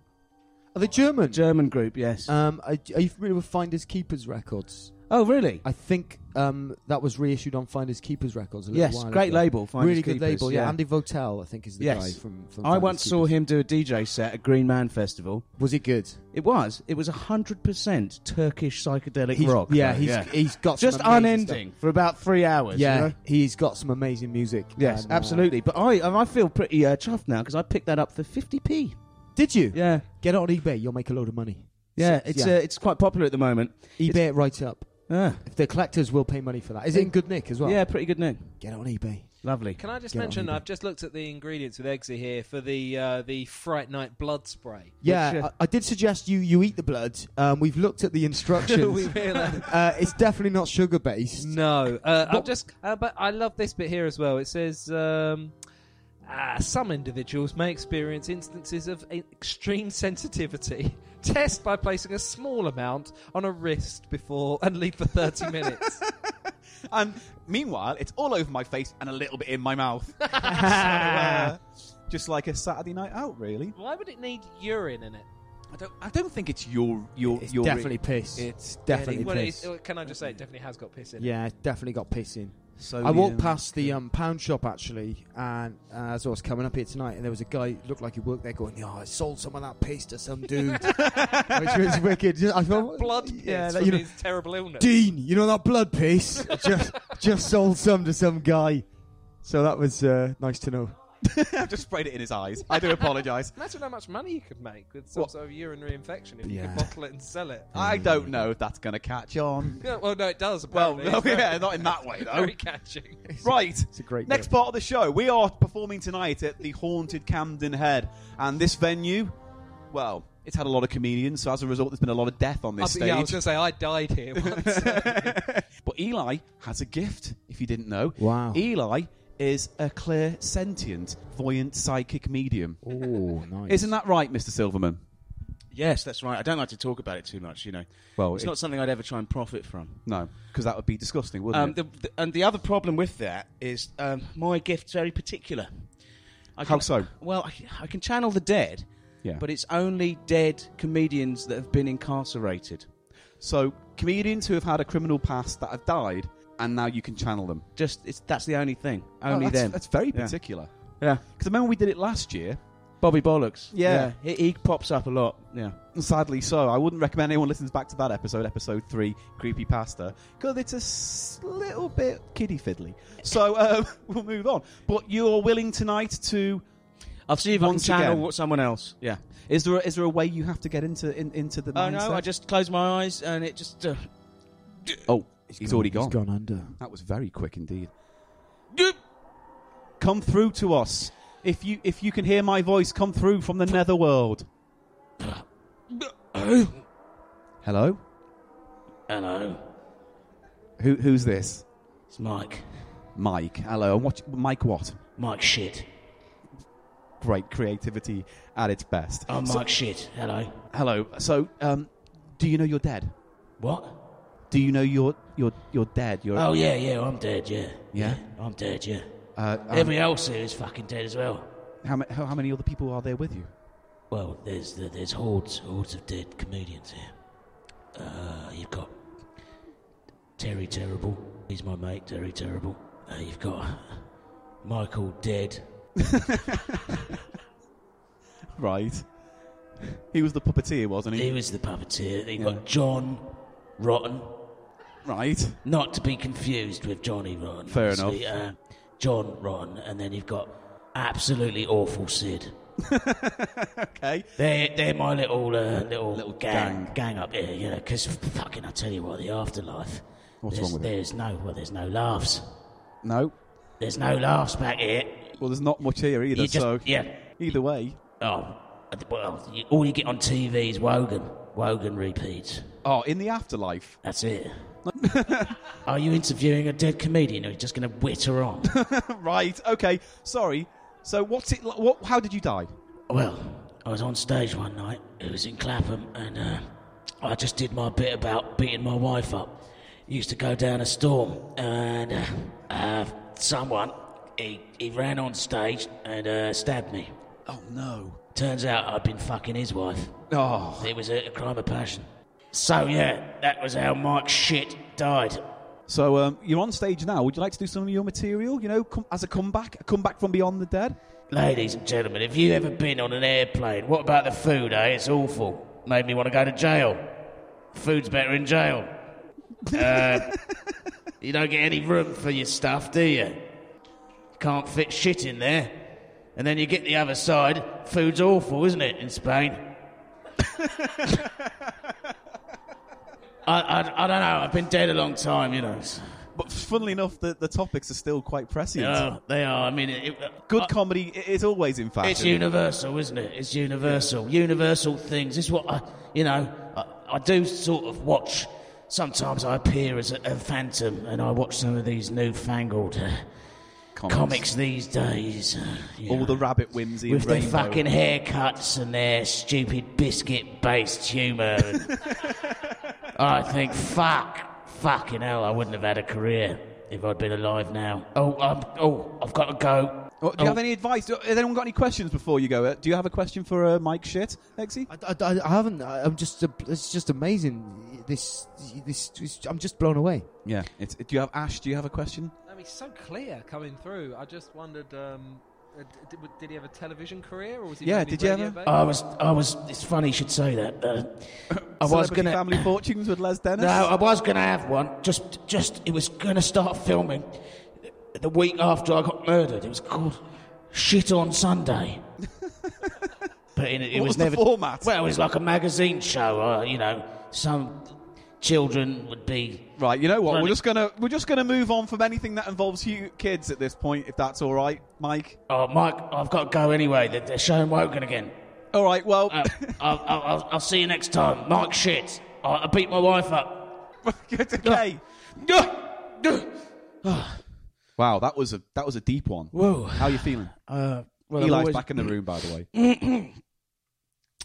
Are they German?
German group, yes.
um, are, are you familiar with Finders Keepers records?
oh, really?
I think um, that was reissued on Finders Keepers records. A little
Yes,
while
great
ago.
label, Finders
really good
Keepers,
label. Yeah.
yeah.
Andy Votel, I think, is the
Yes.
guy from. from
I
Finders
once saw
Keepers.
him do a DJ set at Green Man Festival.
Was he good?
It was. It was 100% Turkish psychedelic
He's-
rock.
Yeah,
though,
he's he's got
just
some amazing stuff.
unending for about three hours. you
Yeah,
know?
he's got some amazing music.
Yes,
and, uh,
absolutely. But I and I feel pretty uh, chuffed now because I picked that up for 50p.
Did you?
Yeah.
Get it on eBay. You'll make a load of money.
Yeah,
So-
it's Uh, it's quite popular at the moment.
eBay it right up.
Ah,
If the collectors will pay money for that. Is it in good nick as well?
yeah, pretty good name.
Get it on eBay.
Lovely.
Can I just
Get it on E
mention?
eBay.
I've just looked at the ingredients with Eggsy here for the uh, the Fright Night blood spray.
Yeah,
Which, uh,
I, I did suggest you you eat the blood. Um, we've looked at the
We
instructions.
realised-
uh, it's definitely not sugar based.
No, uh, I'm just. Uh, but I love this bit here as well. It says. Um, Ah, some individuals may experience instances of e- extreme sensitivity. Test by placing a small amount on a wrist before and leave for 30 minutes.
And meanwhile, it's all over my face and a little bit in my mouth. So, uh, just like a Saturday night out, really.
Why would it need urine in it?
I don't. I don't think it's your your
It's
your.
definitely piss.
It's
definitely
Well, it
piss.
is- uh, can I just say, it definitely has got piss in it.
yeah, it's definitely got piss in.
so
I walked past the um, pound shop actually, and uh, as I was coming up here tonight, and there was a guy who looked like he worked there going, "Yeah, I sold some of that piss to some dude," which was wicked. Just- I thought,
Blood piss
yeah, that-
from
you know,
his terrible illness.
Dean, you know that blood piece? just just sold some to some guy. So that was uh, nice to know.
I've just sprayed it in his eyes. I do apologise.
Imagine how much money you could make with some
What?
sort of urinary infection if you
Yeah.
could bottle it and sell it.
I don't know if that's going to catch on.
Yeah, well, no, it does.
Well,
Apparently.
no,
It's very-
yeah, not in that way though.
very catching.
Right.
It's a great
Next
bit.
part of the show, we are performing tonight at the Haunted Camden Head, and this venue, well, it's had a lot of comedians, so as a result, there's been a lot of death on this
I- Yeah, I was
stage.
going to say I died here once.
but Eli has a gift, if you didn't know.
Wow.
Eli is a clear, sentient, buoyant, psychic medium.
Oh, nice.
Isn't that right, Mr. Silverman?
Yes, that's right. I don't like to talk about it too much, you know.
Well,
it's
it-
not something I'd ever try and profit from.
No, because that would be disgusting, wouldn't
Um,
it?
the, the, and the other problem with that is um, my gift's very particular. I
How
can-
so?
Well, I, I can channel the dead,
Yeah.
but it's only dead comedians that have been incarcerated.
So, comedians who have had a criminal past that have died, and now you can channel them.
Just it's, that's the only thing.
Oh,
Only
that's,
them.
That's very
Yeah.
particular.
yeah.
Because I remember we did it last year,
Bobby Bollocks.
Yeah.
Yeah, He, he pops up a lot. Yeah.
Sadly, so I wouldn't recommend anyone listens back to that episode, episode three, creepy pasta, because it's a s- little bit kiddie fiddly. So um, we'll move on. But you're willing tonight to?
I'll see if I can
Once
channel
again.
what someone else. Yeah.
Is there a, is there a way you have to get into in, into the?
Oh no,
mindset?
I just close my eyes and it just. Uh,
Oh, he's, already gone.
He's gone under.
That was very quick indeed. Come through to us. If you if you can hear my voice, come through from the netherworld. Hello.
Hello.
Who, who's this?
It's Mike.
Mike. Hello. And What, Mike what?
Mike shit.
Great creativity at its best.
I'm
So-
Mike shit. Hello.
hello. So, um, do you know you're dead?
What?
Do you know you're you're you're dead? You're
Oh yeah, yeah. I'm dead. Yeah.
Yeah?
I'm dead. Yeah.
Uh, um,
Everybody else here is fucking dead as well.
how, ma- how how many other people are there with you?
Well, there's the, there's hordes hordes of dead comedians here. Uh, you've got Terry Terrible. He's my mate, Terry Terrible. Uh, you've got Michael Dead.
Right. He was the puppeteer, wasn't he?
He was the puppeteer. Then You've got John Rotten,
Right.
not to be confused with Johnny Rotten.
Fair
obviously. Uh, John Rotten, and then you've got absolutely awful Sid.
Okay.
They're, they're my little uh, little,
Little
gang,
gang.
gang up here, you know, because fucking I tell you what, the afterlife.
What's
there's,
wrong with it?
there's no well, there's no laughs.
No.
There's no laughs back here.
Well, there's not much here either.
You just
so
yeah.
either way.
Oh well, you, all you get on TV is Wogan. Wogan repeats.
Oh, in the afterlife.
That's it. Are you interviewing a dead comedian, or are you just going to whit her on?
right. Okay. Sorry. So what's it? li- What? How did you die?
Well, I was on stage one night. It was in Clapham, and uh, I just did my bit about beating my wife up. Used to go down a storm, and uh, uh, someone he he ran on stage and uh, stabbed me.
Oh no.
Turns out I'd been fucking his wife.
Oh.
It was a, a crime of passion. So yeah, that was how Mike shit died.
So um, you're on stage now. Would you like to do some of your material? You know, com- as a comeback, a comeback from beyond the dead.
Ladies and gentlemen, have you ever been on an airplane? What about the food, eh? It's awful. Made me want to go to jail. Food's better in jail. Uh, you don't get any room for your stuff, do you? Can't fit shit in there. And then you get the other side. Food's awful, isn't it, in Spain? I, I, I don't know. I've been dead a long time, you know.
But funnily enough, the, the topics are still quite prescient.
Oh, they are. I mean, it, it-
Good
I-
comedy i- is always in fashion.
It's universal, isn't it? It's universal. Universal things. This is what I, you know, I, I do sort of watch. Sometimes I appear as a, a phantom and I watch some of these newfangled uh,
Comics.
comics these days. uh, you
All
know,
the rabbit whimsy
with
and
their
rainbow.
fucking haircuts and their stupid biscuit based humour. and- I think, fuck, fucking hell, I wouldn't have had a career if I'd been alive now. Oh, I'm, oh I've got to go.
Oh, do you
Oh.
have any advice? Do- Has anyone got any questions before you go? Uh, Do you have a question for uh, Mike Shit, Lexi?
I, I- I- I haven't. I- I'm just. uh, It's just amazing. This. This. this- I'm just blown away.
Yeah. It's, do you have Ash? Do you have a question?
I mean, so clear coming through. I just wondered, um, uh, d- did, did he have a television career or was he
Yeah,
mainly
did you ever?
radio-based?
I was, I was. It's funny you should say that. Uh, I was
Celebrity
gonna.
family fortunes with Les Dennis.
no, I was gonna have one. Just, just. It was gonna start filming the week after I got murdered. It was called Shit on Sunday. but in, it
What was
was
the
never
format?
Well, it was like a magazine show. Uh, you know, some children would be.
Right, you know what? We're
Running.
just gonna we're just gonna move on from anything that involves you kids at this point, if that's all right, Mike.
Oh, Mike, I've got to go anyway. They're, they're showing Wogan again.
All right, well,
Uh, I'll, I'll, I'll, I'll see you next time. Mike, shit. I, I beat my wife up.
it's okay. Wow, that was a that was a deep one.
Whoa.
How are you feeling?
Uh, well,
Eli's
I'm always,
back in the room, by the way.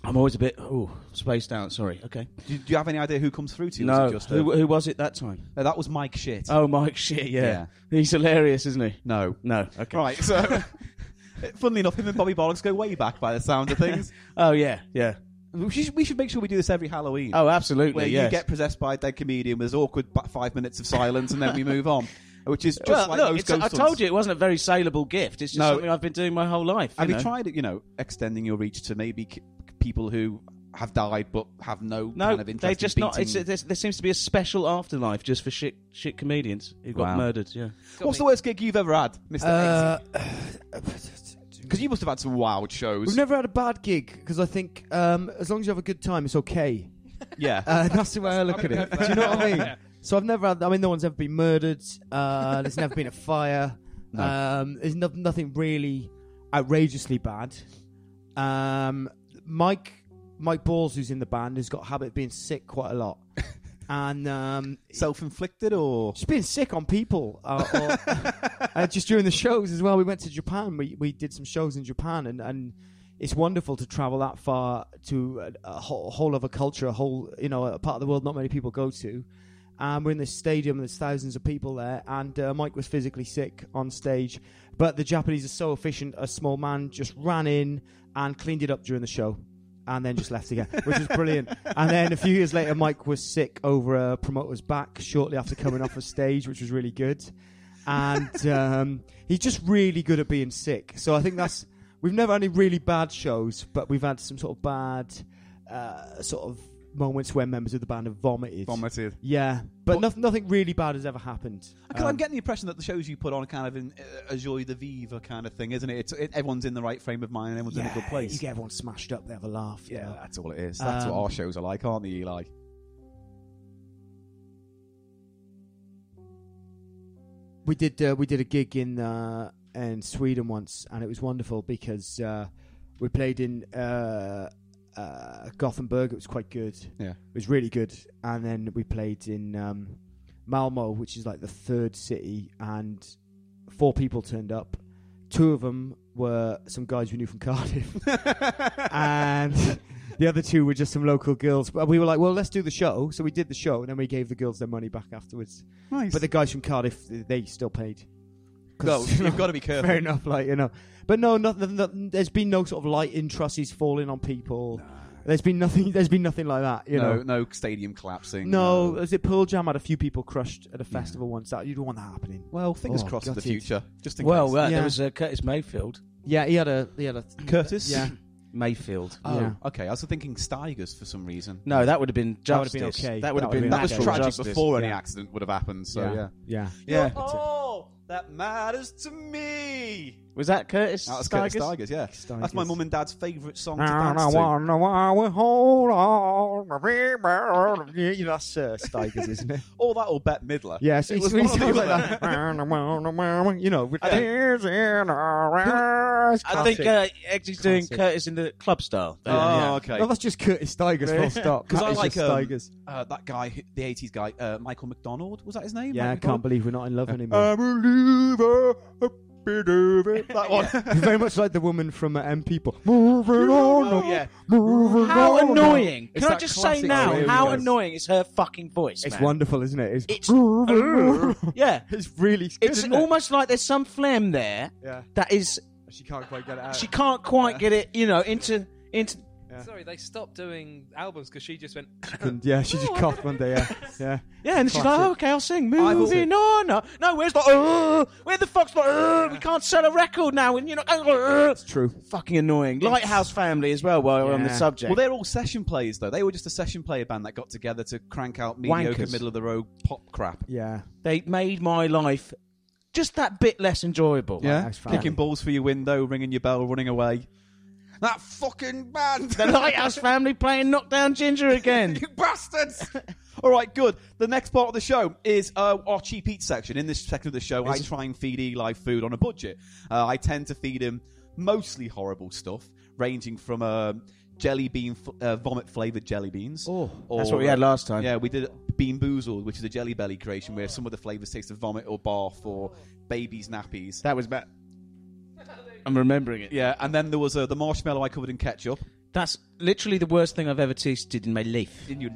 I'm always a bit oh spaced out. Sorry. Okay.
do, do you have any idea who comes through to you? or is
No.
it just, uh,
Who, who was it that time?
no, that was Mike shit.
Oh, Mike. Shit.
Yeah.
Yeah. He's hilarious, isn't he?
no,
No. Okay.
Right, so Uh, funnily enough, him and Bobby Bollocks go way back by the sound of things.
Oh yeah. Yeah.
we, should, we should make sure we do this every Halloween.
Oh, absolutely.
where
yes.
you get possessed by a dead comedian, there's awkward ba- five minutes of silence, and then we move on, which is just
well,
like
look,
those
it's a, I
ghost hunts.
told you it wasn't a very saleable gift. It's just
No.
something I've been doing my whole life.
Have
you
you
know?
tried, you know, extending your reach to maybe c- people who have died but have no,
No,
Oh,
kind of interest?
they
in
just not. It's,
beating-
there, there seems to be a special afterlife just for shit shit comedians who got
Wow.
murdered. Yeah.
What's the worst gig you've ever had, Mister?
Uh,
Because you must have had some wild shows.
we've never had a bad gig because I think um, as long as you have a good time, it's okay.
yeah,
Uh, that's the way I look at it. Do you know what I mean? So I've never had. I mean, no one's ever been murdered. Uh, there's never been a fire. Um, there's no, nothing really outrageously bad. Um, Mike Mike Balls, who's in the band, has got a habit of being sick quite a lot. and um,
Self-inflicted or
just being sick on people. Uh, or, uh, just during the shows as well, we went to Japan. We we did some shows in Japan, and and it's wonderful to travel that far to a, a whole, whole other culture, a whole you know a part of the world not many people go to. And we're in this stadium. There's thousands of people there, and uh, Mike was physically sick on stage, but the Japanese are so efficient. A small man just ran in and cleaned it up during the show. And then just left again, which was brilliant. And then a few years later, Mike was sick over a promoter's back shortly after coming off a stage, which was really good and um, he's just really good at being sick. So I think that's we've never had any really bad shows, but we've had some sort of bad uh, sort of moments where members of the band have vomited.
vomited?
Yeah, but
What-
noth- nothing really bad has ever happened.
Because I'm
Um,
getting the impression that the shows you put on are kind of in uh, a joie de vivre kind of thing, isn't it? It's, it everyone's in the right frame of mind and everyone's in a
yeah,
good place.
You get everyone smashed up, they have a laugh. you
yeah,
know.
that's all it is. That's
Um,
what our shows are like, aren't they, Eli?
we did uh, we did a gig in uh, in Sweden once, and it was wonderful because uh, we played in uh, uh, Gothenburg. It was quite good.
Yeah.
it was really good. And then we played in um, Malmo, which is like the third city, and four people turned up. Two of them were some guys we knew from Cardiff, and. The other two were just some local girls, but we were like, "Well, let's do the show." So we did the show, and then we gave the girls their money back afterwards.
Nice.
But the guys from Cardiff, th- they still paid. 'Cause, you
no, you've
know,
got to be careful.
fair enough, like you know. But no, nothing. nothing- there's been no sort of light intrusies falling on people. There's been nothing. There's been nothing like that. You
no,
know.
no stadium collapsing.
No, was it Pearl Jam had a few people crushed at a festival once? That you don't want that happening.
Well, fingers
Oh,
crossed for the
gutted.
future. Just in
Well,
case.
well,
Yeah.
there was uh, Curtis Mayfield.
Yeah, he had a he had a
Curtis.
yeah.
Mayfield.
Oh,
Yeah.
okay. I was thinking Steigers for some reason.
No, that would have been
That would've
justice.
been okay.
That would
That
have been
would've
that
been
was
actual
natural
tragic
justice.
before any
Yeah.
accident would have happened. So yeah.
yeah, yeah.
Yeah.
all that matters to me.
Was that Curtis?
That was Curtis
Stigers?
Tigers, yeah. That's my
Stigers.
mum and dad's favourite song to
I
dance
don't
to.
wanna why we hold on. Yeah, you know, that's uh, Stigers, isn't it?
All that or Bette Midler.
Yeah, so
It
it
was
really
one or
sounds
the
like
other.
that. you know, with
I don't-
tears in our eyes.
I think uh, Eggsy's doing
Classic.
Curtis in the club style.
Oh, okay.
No, that's just Curtis Stigers, full stop.
'Cause
That
I
is
like,
just
um,
Stigers.
Uh, that guy, who- the 80s guy, uh, Michael McDonald, was that his name?
Yeah, I
Michael
can't believe we're not in love anymore.
McDonald? I'm a lever, That one.
You're very much like the woman from uh, M People. Moving on,
Oh, yeah.
moving
How
on.
annoying!
It's
Can I
that
just say
classic
now
Australian
how
voice.
annoying is her fucking voice?
It's
man.
wonderful, isn't it? It's,
It's-
moving on.
Yeah,
it's really good,
it's
isn't it?
almost like there's some phlegm there
Yeah,
that is
she can't quite get it out.
she can't quite get it. You know, into into.
Sorry, they stopped doing albums because she just went.
And, yeah, she just coughed one day. Yeah, yeah.
Yeah, and she's like,
Classic.
"Oh, "Okay, I'll sing."
I've also-
Moving on. Uh, No, where's the? Uh, where the fuck's the? Uh, we can't sell a record now, and you know, uh,
It's true.
fucking annoying. Lighthouse Family as well. While we're on the
Yeah.
subject,
Well, they're all session players, though. They were just a session player band that got together to crank out mediocre,
Wankers.
middle of the road pop crap.
Yeah.
they made my life just that bit less enjoyable.
Nice fan.
Kicking balls through your window, ringing your bell, running away. That fucking band!
The Lighthouse Family playing Knockdown Ginger again.
you bastards! All right, good. The next part of the show is uh, our cheap eat section. In this section of the show, I try and feed Eli food on a budget. Uh, I tend to feed him mostly horrible stuff, ranging from um jelly bean f- uh, vomit flavored jelly beans. uh,
Oh,
that's what we had last time.
Yeah, we did Bean Boozled, which is a jelly belly creation where some of the flavors taste of vomit or barf or babies' nappies.
That was bad. I'm remembering it.
yeah, and then there was uh, the marshmallow I covered in ketchup.
That's literally the worst thing I've ever tasted in my life.
In your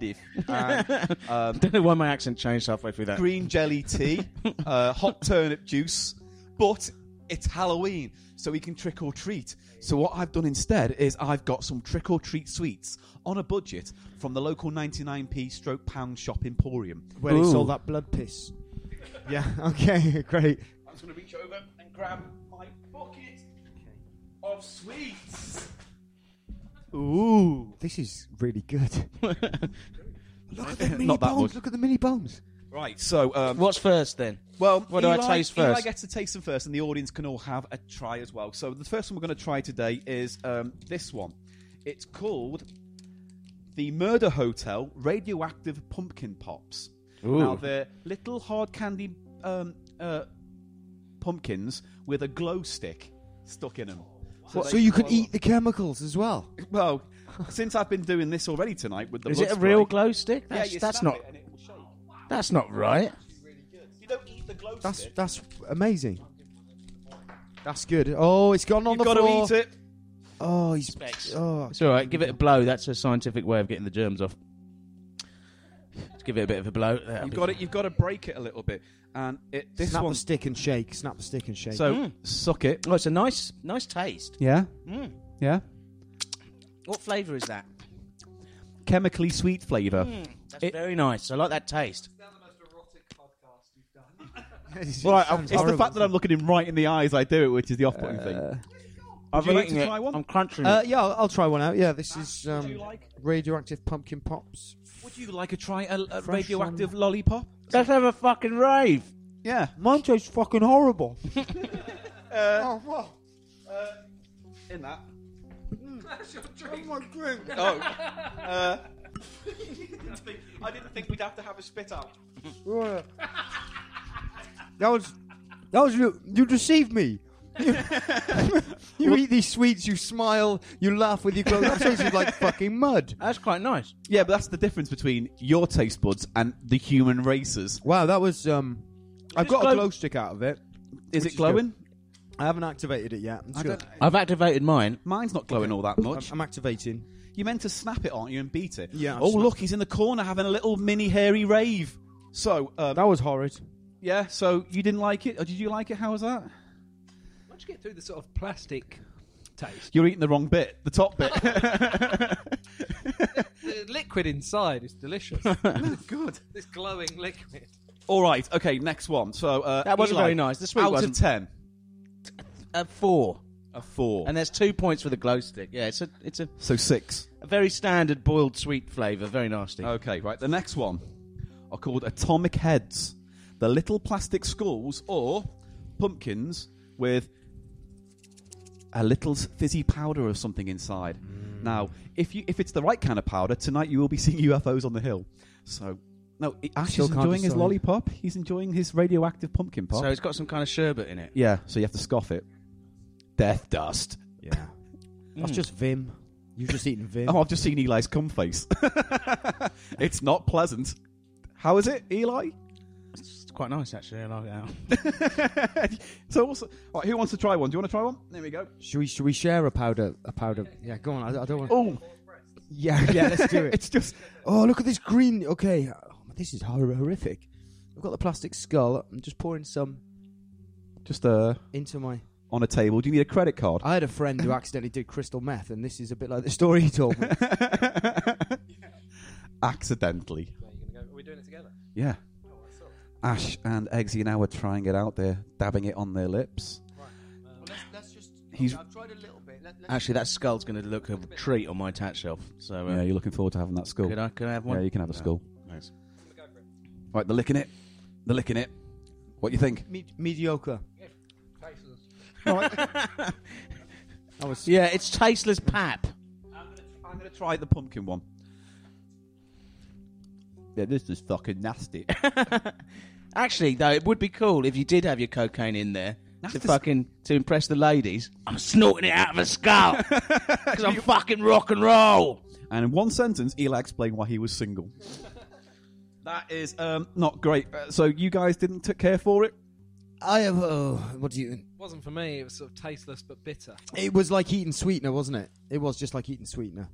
life. And, um,
Don't know why my accent changed halfway through that.
green jelly tea, uh, hot turnip juice, but it's Halloween, so we can trick or treat. So what I've done instead is I've got some trick or treat sweets on a budget from the local 99p stroke pound shop Emporium.
Where they sold that blood piss. Yeah. Okay. Great.
I'm just going to reach over and grab my bucket of sweets. Ooh.
This is really good. Look at the mini
Not that
bones.
much.
Look at the mini bones.
Right, so um,
What's first then?
Well,
What do I taste first?
Eli gets to taste them first, and the audience can all have a try as well. So the first one we're going to try today is um, this one. It's called the Murder Hotel Radioactive Pumpkin Pops. Now they're little hard candy um, uh, pumpkins with a glow stick stuck in them. So,
So
they-
you can eat the chemicals as well.
Well, since I've been doing this already tonight with the
Is
blood
it a
spray-
real glow stick?
Yeah,
That's,
you
that's
snap
not.
it and it will
That's not right.
You don't eat the glow
That's
stick.
that's amazing. That's good. Oh, it's gone on
You've
the
got to
floor.
eat it.
Oh, he's
Specs.
oh.
It's all right. Give it a blow. That's a scientific way of getting the germs off. Just give it a bit of a blow. That'll
You've
be
got to,
fine.
You've got to break it a little bit. And it, this
snap
one.
the stick and shake. Snap the stick and shake.
So
Mm.
suck it.
Oh, it's a nice, nice taste.
Yeah.
Mm.
Yeah.
What flavour is that? Mm,
Chemically sweet flavour.
That's very nice. I like that taste.
Right, I'm- it's the fact that I'm looking him right in the eyes. I do it, which is the off-putting thing. Would you like
eating
to
it.
try one?
I'm crunching
Uh,
it.
yeah, I'll, I'll try one out. Yeah, this is um,
you like?
radioactive pumpkin pops.
Would you like to try a, a
Fresh
radioactive lollipop?
Let's have a fucking rave.
Yeah.
Mine tastes fucking horrible. oh, wow.
Uh, In that.
Hmm. my drink.
Oh. uh, I didn't think we'd have to have a spit out.
that was that was you. You deceived me. You, you eat these sweets, you smile, you laugh with your clothes. That tasted like fucking mud.
That's quite nice.
Yeah, but that's the difference between your taste buds and the human races.
Wow, that was um. I've
just
got
glow-
a glow stick out of it.
Is
Which
it
is
glowing?
I haven't activated it yet. I'm, sure.
I've activated mine.
Mine's not glowing all that
I'm,
much.
I'm activating.
You meant to snap it, aren't you, and beat it?
Yeah, I've
Oh,
snapped
look, he's in the corner having a little mini hairy rave. So, um,
That was horrid.
yeah, so you didn't like it? Or did you like it? How was that?
Once you get through the sort of plastic taste,
You're eating the wrong bit, the top bit.
the liquid inside is delicious.
Good.
this glowing liquid.
All right, okay, next one. So uh,
That was
Eli,
very nice. The sweet
out
wasn't.
of ten,
A four.
a four,
And there's two points for the glow stick. Yeah, it's a it's a,
so six.
a very standard boiled sweet flavour. Very nasty.
Okay, right. The next one are called atomic heads. The little plastic skulls or pumpkins with a little s- fizzy powder or something inside.
Mm.
Now, if you if it's the right kind of powder, tonight you will be seeing UFOs on the hill. So, no, i- Ash
Still
is
can't
enjoying his
decide.
lollipop. He's enjoying his radioactive pumpkin pop.
so it's got some kind of sherbet in it.
yeah, so you have to scoff it. Death dust.
Yeah, that's
Hmm.
just Vim. You've just eaten Vim.
Oh, I've just seen Eli's cum face. it's not pleasant. How is it, Eli?
It's quite nice actually. I like that.
so what's all right, who wants to try one? Do you want to try one? There we go.
Should we should we share a powder a powder? Yeah, go on. I, I don't want.
Oh,
Yeah, yeah. Let's do it.
it's just
oh, look at this green. Okay, oh, this is hor- horrific. I've got the plastic skull. I'm just pouring some
just uh
into my.
on a table. Do you need a credit card?
I had a friend who accidentally did crystal meth, and this is a bit like the story he told me.
Accidentally.
Are you gonna go, are we doing it together?
Yeah. Ash and Eggsy now are trying it out. They're dabbing it on their lips.
Uh,
He's- I've
tried a little bit.
Actually, that skull's going to look a treat on my tat shelf. So uh,
Yeah, you're looking forward to having that skull.
could I could I have one?
Yeah, you can have a skull.
Nice.
Right, they're licking it. They're licking it. What do you think?
mediocre. I was
Yeah, it's tasteless pap.
I'm going to try the pumpkin one. Yeah, this is fucking nasty.
Actually, though, it would be cool if you did have your cocaine in there to
That's-
fucking to impress the ladies. I'm snorting it out of a skull because I'm fucking rock and roll.
And in one sentence, Eli explained why he was single. that is um, not great. Uh, so you guys didn't t- care for it?
I have. Oh, what do you?
It wasn't for me. It was sort of tasteless but bitter.
It was like eating sweetener, wasn't it? It was just like eating sweetener.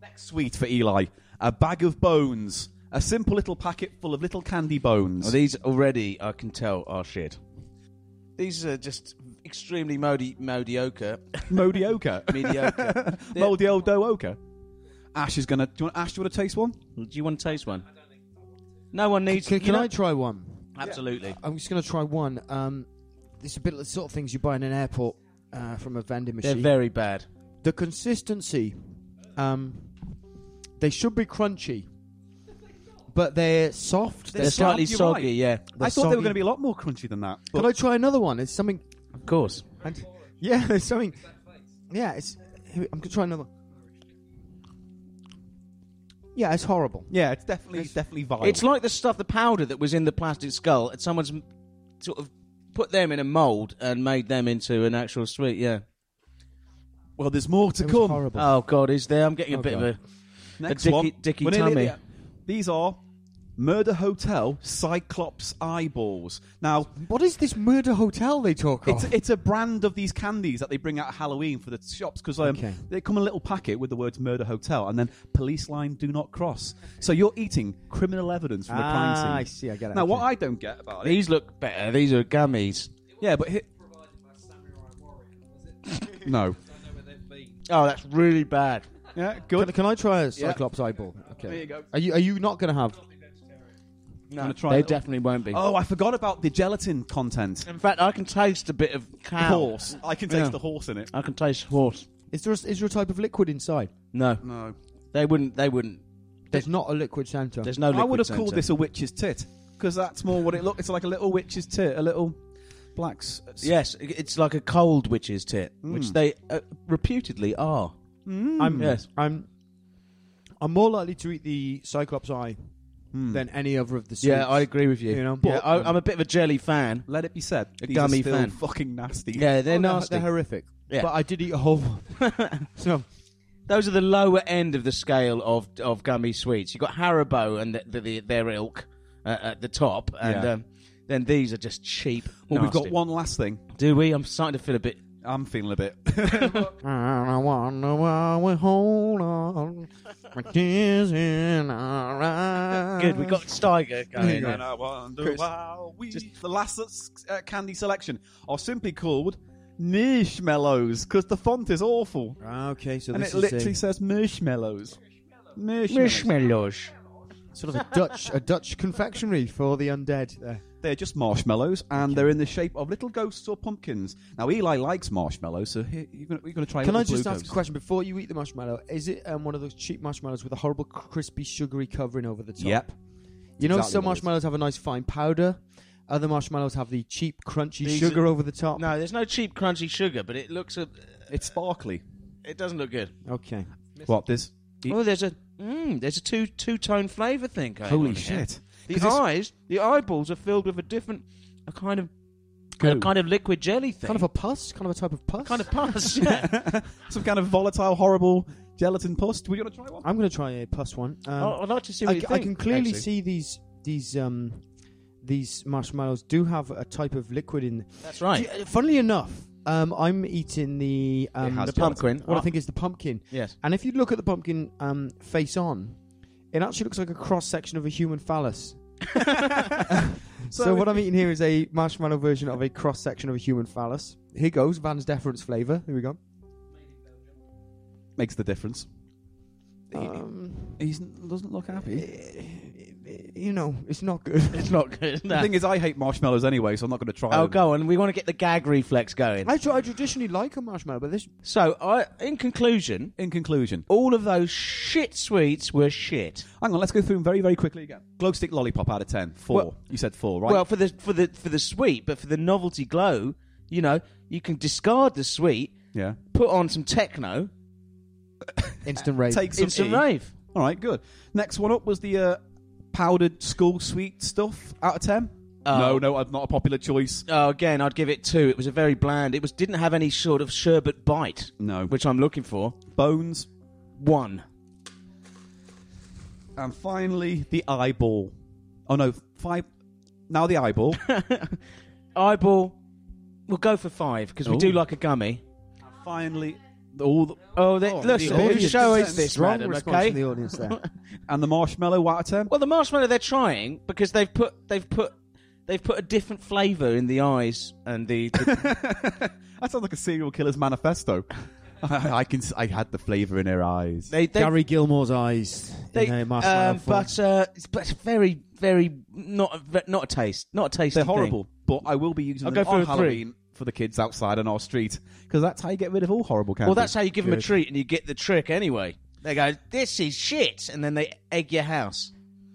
Next sweet for Eli a bag of bones. A simple little packet full of little candy bones.
Well, these already, I can tell, are shit. These are just extremely modi- mediocre.
Moldy ochre.
mediocre.
Moldy old dough ochre. Ash is going to. Do you want, Ash, do you want to taste one?
Do you want to taste one? No one needs.
Can,
you
can
know-
I try one?
Absolutely.
I'm just going to try one. Um, it's a bit of the sort of things you buy in an airport uh, from a vending
They're
machine.
very bad.
the consistency, um, they should be crunchy, but they're soft.
They're slightly
you're
soggy,
right.
yeah.
They're
I thought they were
soggy.
going to be a lot more crunchy than that.
Can
but-
I try another one? It's something.
Of course.
And, yeah, it's something. Yeah, it's. here, I'm going to try another. Yeah, it's horrible.
yeah, it's definitely it's definitely vile.
It's like the stuff, the powder that was in the plastic skull, and someone's m- sort of put them in a mould and made them into an actual sweet, yeah.
well, there's more to
It was
come.
horrible.
Oh, God, is there? I'm getting a bit
God.
of a.
Next
dicky-
one.
dicky
We're nearly
tummy.
there. These are Murder Hotel Cyclops Eyeballs. Now,
What is this murder hotel they talk
it's,
of?
it's a brand of these candies that they bring out at Halloween for the shops because um,
Okay.
they come in a little packet with the words murder hotel and then police line do not cross. So you're eating criminal evidence from the
Ah,
crime scene.
I see, I get it,
Now, what
okay.
I don't get about it.
These look better. These are gummies.
Yeah, but. Hi- no.
oh, that's really bad.
Yeah,
Can,
good.
can I try a Cyclops eyeball? Okay.
There you go.
Are you are you not going to have?
I'm gonna try
They
it.
definitely won't be.
Oh, I forgot about the gelatin content.
In fact, I can taste a bit of cow.
Horse. I can taste
Yeah.
the horse in it.
I can taste horse.
Is there a, is there a type of liquid inside?
No,
No.
they wouldn't. They wouldn't.
There's not a liquid center.
There's no.
I would have
liquid
called
centre.
this a witch's tit because that's more what it looked. It's like a little witch's tit, a little black. S- s-
Yes, i- it's like a cold witch's tit, which
Hmm.
they uh, reputedly are.
I'm,
Yes.
I'm I'm more likely to eat the Cyclops eye than any other of the. Sweets.
Yeah, I agree with you.
You know,
yeah,
but-
I, I'm a bit of a jelly fan.
Let it be said,
A
these
gummy
are still
fan.
fucking nasty.
Yeah, they're
Oh,
nasty.
They're horrific.
Yeah.
But I did eat a whole one. so
Those are the lower end of the scale of of gummy sweets. You've got Haribo and the, the, the, their ilk uh, at the top, and
Yeah.
um, then these are just cheap.
Well, we've got
nasty.
one last thing.
Do we? I'm starting to feel a bit.
I'm feeling a bit.
I wonder why we hold on. It is in our eyes.
Good, we've got Steiger going.
And Ah. I wonder why we- the last s- uh, candy selection are simply called marshmallows because the font is awful
Okay, so
and
this
it
is
literally
a,
says marshmallows. Marshmallows.
Marshmallows.
sort of a Dutch a Dutch confectionery for the undead. There.
They're just marshmallows, and they're in the shape of little ghosts or pumpkins. Now, Eli likes marshmallows, so here, you're going to try.
Can
little
I just
blue
ask a
ghosts.
question before you eat the marshmallow? Is it um, one of those cheap marshmallows with a horrible crispy sugary covering over the top?
Yep.
You know,
Exactly
some
what it is.
marshmallows have a nice fine powder. Other marshmallows have the cheap, crunchy
These
sugar
are-
over the top.
No, there's no cheap crunchy sugar, but it looks a,
It's sparkly.
it doesn't look good.
Okay.
What this?
Oh, there's a mm, there's a two two tone flavour thing. Going
Holy
on here.
shit.
The
'Cause it's-
eyes, the eyeballs are filled with a different, a kind of, a
Goo.
kind of liquid jelly thing,
Kind of a pus? Kind of a type of pus?
kind of pus. Yeah.
Some kind of volatile, horrible gelatin pus. Do we want to try one?
I'm going to try a pus one. Um,
I- I'd like to see
I,
what you
c- I
think.
can clearly
actually.
see these these um, these marshmallows do have a type of liquid in.
That's right.
Do you- funnily enough, um, I'm eating the um,
has
The pumpkin.
What I think is the pumpkin.
Ah. Yes.
And if you look at the pumpkin um, face on, it actually looks like a cross section of a human phallus. so, what I'm eating here is a marshmallow version of a cross section of a human phallus. Here goes Van's deference flavour. Here we go.
Makes the difference.
Um, uh,
He doesn't look happy.
you know, it's not good.
It's not good.
The
No.
thing is, I hate marshmallows anyway, so I'm not going to try.
Oh,
them.
go on. We want to get the gag reflex going.
I, tr- I traditionally like a marshmallow, but this
So, I, in conclusion,
In conclusion,
all of those shit sweets were shit.
hang on. Let's go through them very, very quickly again. Glow stick lollipop out of ten. Four.
Well-
you said four, right?
Well, for the for the for the sweet, but for the novelty glow, you know, you can discard the sweet,
yeah.
put on some techno,
instant rave.
Take some.
in some
E.
rave.
All right, good. Next one up was the uh, powdered school sweet stuff out of ten.
Oh.
no, no, uh, not a popular choice.
Oh, again, I'd give it two. It was a very bland. It was didn't have any sort of sherbet bite,
No.
which I'm looking for.
Bones.
One.
And finally, the eyeball. Oh no, five. Now the eyeball.
Eyeball, we'll go for five because we
Ooh.
do like a gummy.
finally, all the,
Oh, they, look,
the
what
audience
show
is
is this,
Strong
madam?
response
Okay.
from the audience there.
and the marshmallow out of ten.
well, the marshmallow they're trying because they've put they've put they've put a different flavour in the eyes and the, the
That sounds like a serial killer's manifesto. I, I can. s- I had the flavour in her eyes.
they, they
Gary Gilmore's eyes
they
in a marshmallow
um,
form.
but uh, it's but it's very very not a, ve- not a taste not a taste.
They're horrible, but I will be using
I'll
them
go for
on
a three.
Halloween for the kids outside on our street because that's how you get rid of all horrible candy.
Well, that's how you give them a
Good.
treat and you get the trick anyway. They go, this is shit, and then they egg your house.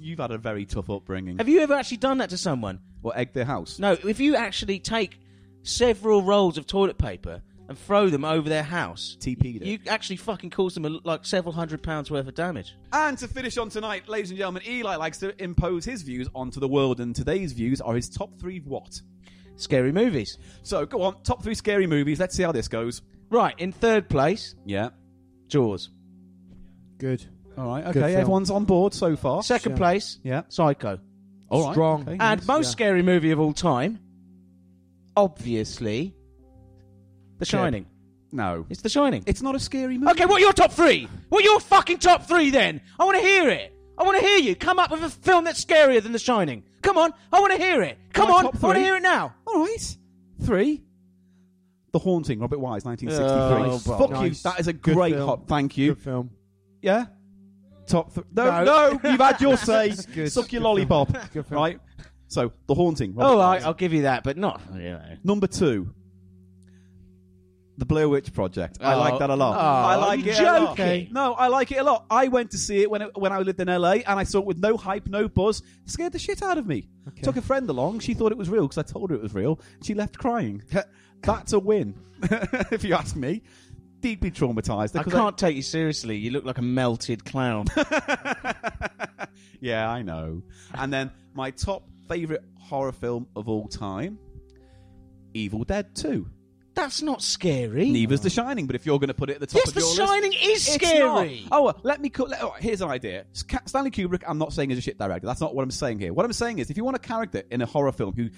you've had a very tough upbringing.
Have you ever actually done that to someone?
Well, egg their house.
No, if you actually take several rolls of toilet paper and throw them over their house,
TP'd it.
you actually fucking cause them a, like several hundred pounds worth of damage.
And to finish on tonight, ladies and gentlemen, Eli likes to impose his views onto the world, and today's views are his top three what.
Scary movies.
So go on, top three scary movies. Let's see how this goes.
Right, in third place,
Yeah.
Jaws.
Good.
All right.
Good
Okay.
film.
Everyone's on board so far.
Second place,
Yeah.
Psycho.
All right.
Strong.
okay.
And most
yeah.
scary movie of all time, obviously, The Shining.
No.
It's The Shining.
It's not a scary movie.
Okay, what are your top three? What are your fucking top three then? I want to hear it. I want to hear you come up with a film that's scarier than The Shining. Come on, I want to hear it. Come
My
on,
top
I want
three?
to
Oh,
hear it now.
All right. Three. The Haunting, Robert Wise, 1963.
Oh,
Fuck
Bob.
you.
Nice.
That is a
Good
great
film.
hot. Thank you.
Good film.
Yeah. Top. Th- no, no,
No.
You've had your say.
It's good.
Suck your
Good film.
lollipop.
Good film.
Right. So, The Haunting. Robert
All right,
Wise.
I'll give you that, but not.
Oh,
You know.
Number two. The Blair Witch Project. I
Oh.
like that a lot.
Oh,
I like
you're
it a lot.
joking.
No, I like it a lot. I went to see it when when I lived in LA, and I saw it with no hype, no buzz. Scared the shit out of me. Took a friend along. She thought it was real because I told her it was real. She left crying. That's a win, if you ask me. Deeply traumatized.
I can't take you seriously. You look like a melted clown.
yeah, I know. And then my top favorite horror film of all time, Evil Dead Two.
that's not scary.
Neither's The Shining, but if you're going to put it at the top
Yes,
of
The
your list,
Shining is
it's
scary.
not. Oh, well, let me. Co- let- oh, here's an idea. S- Ca- Stanley Kubrick. I'm not saying is a shit director. That's not what I'm saying here. What I'm saying is, if you want a character in a horror film who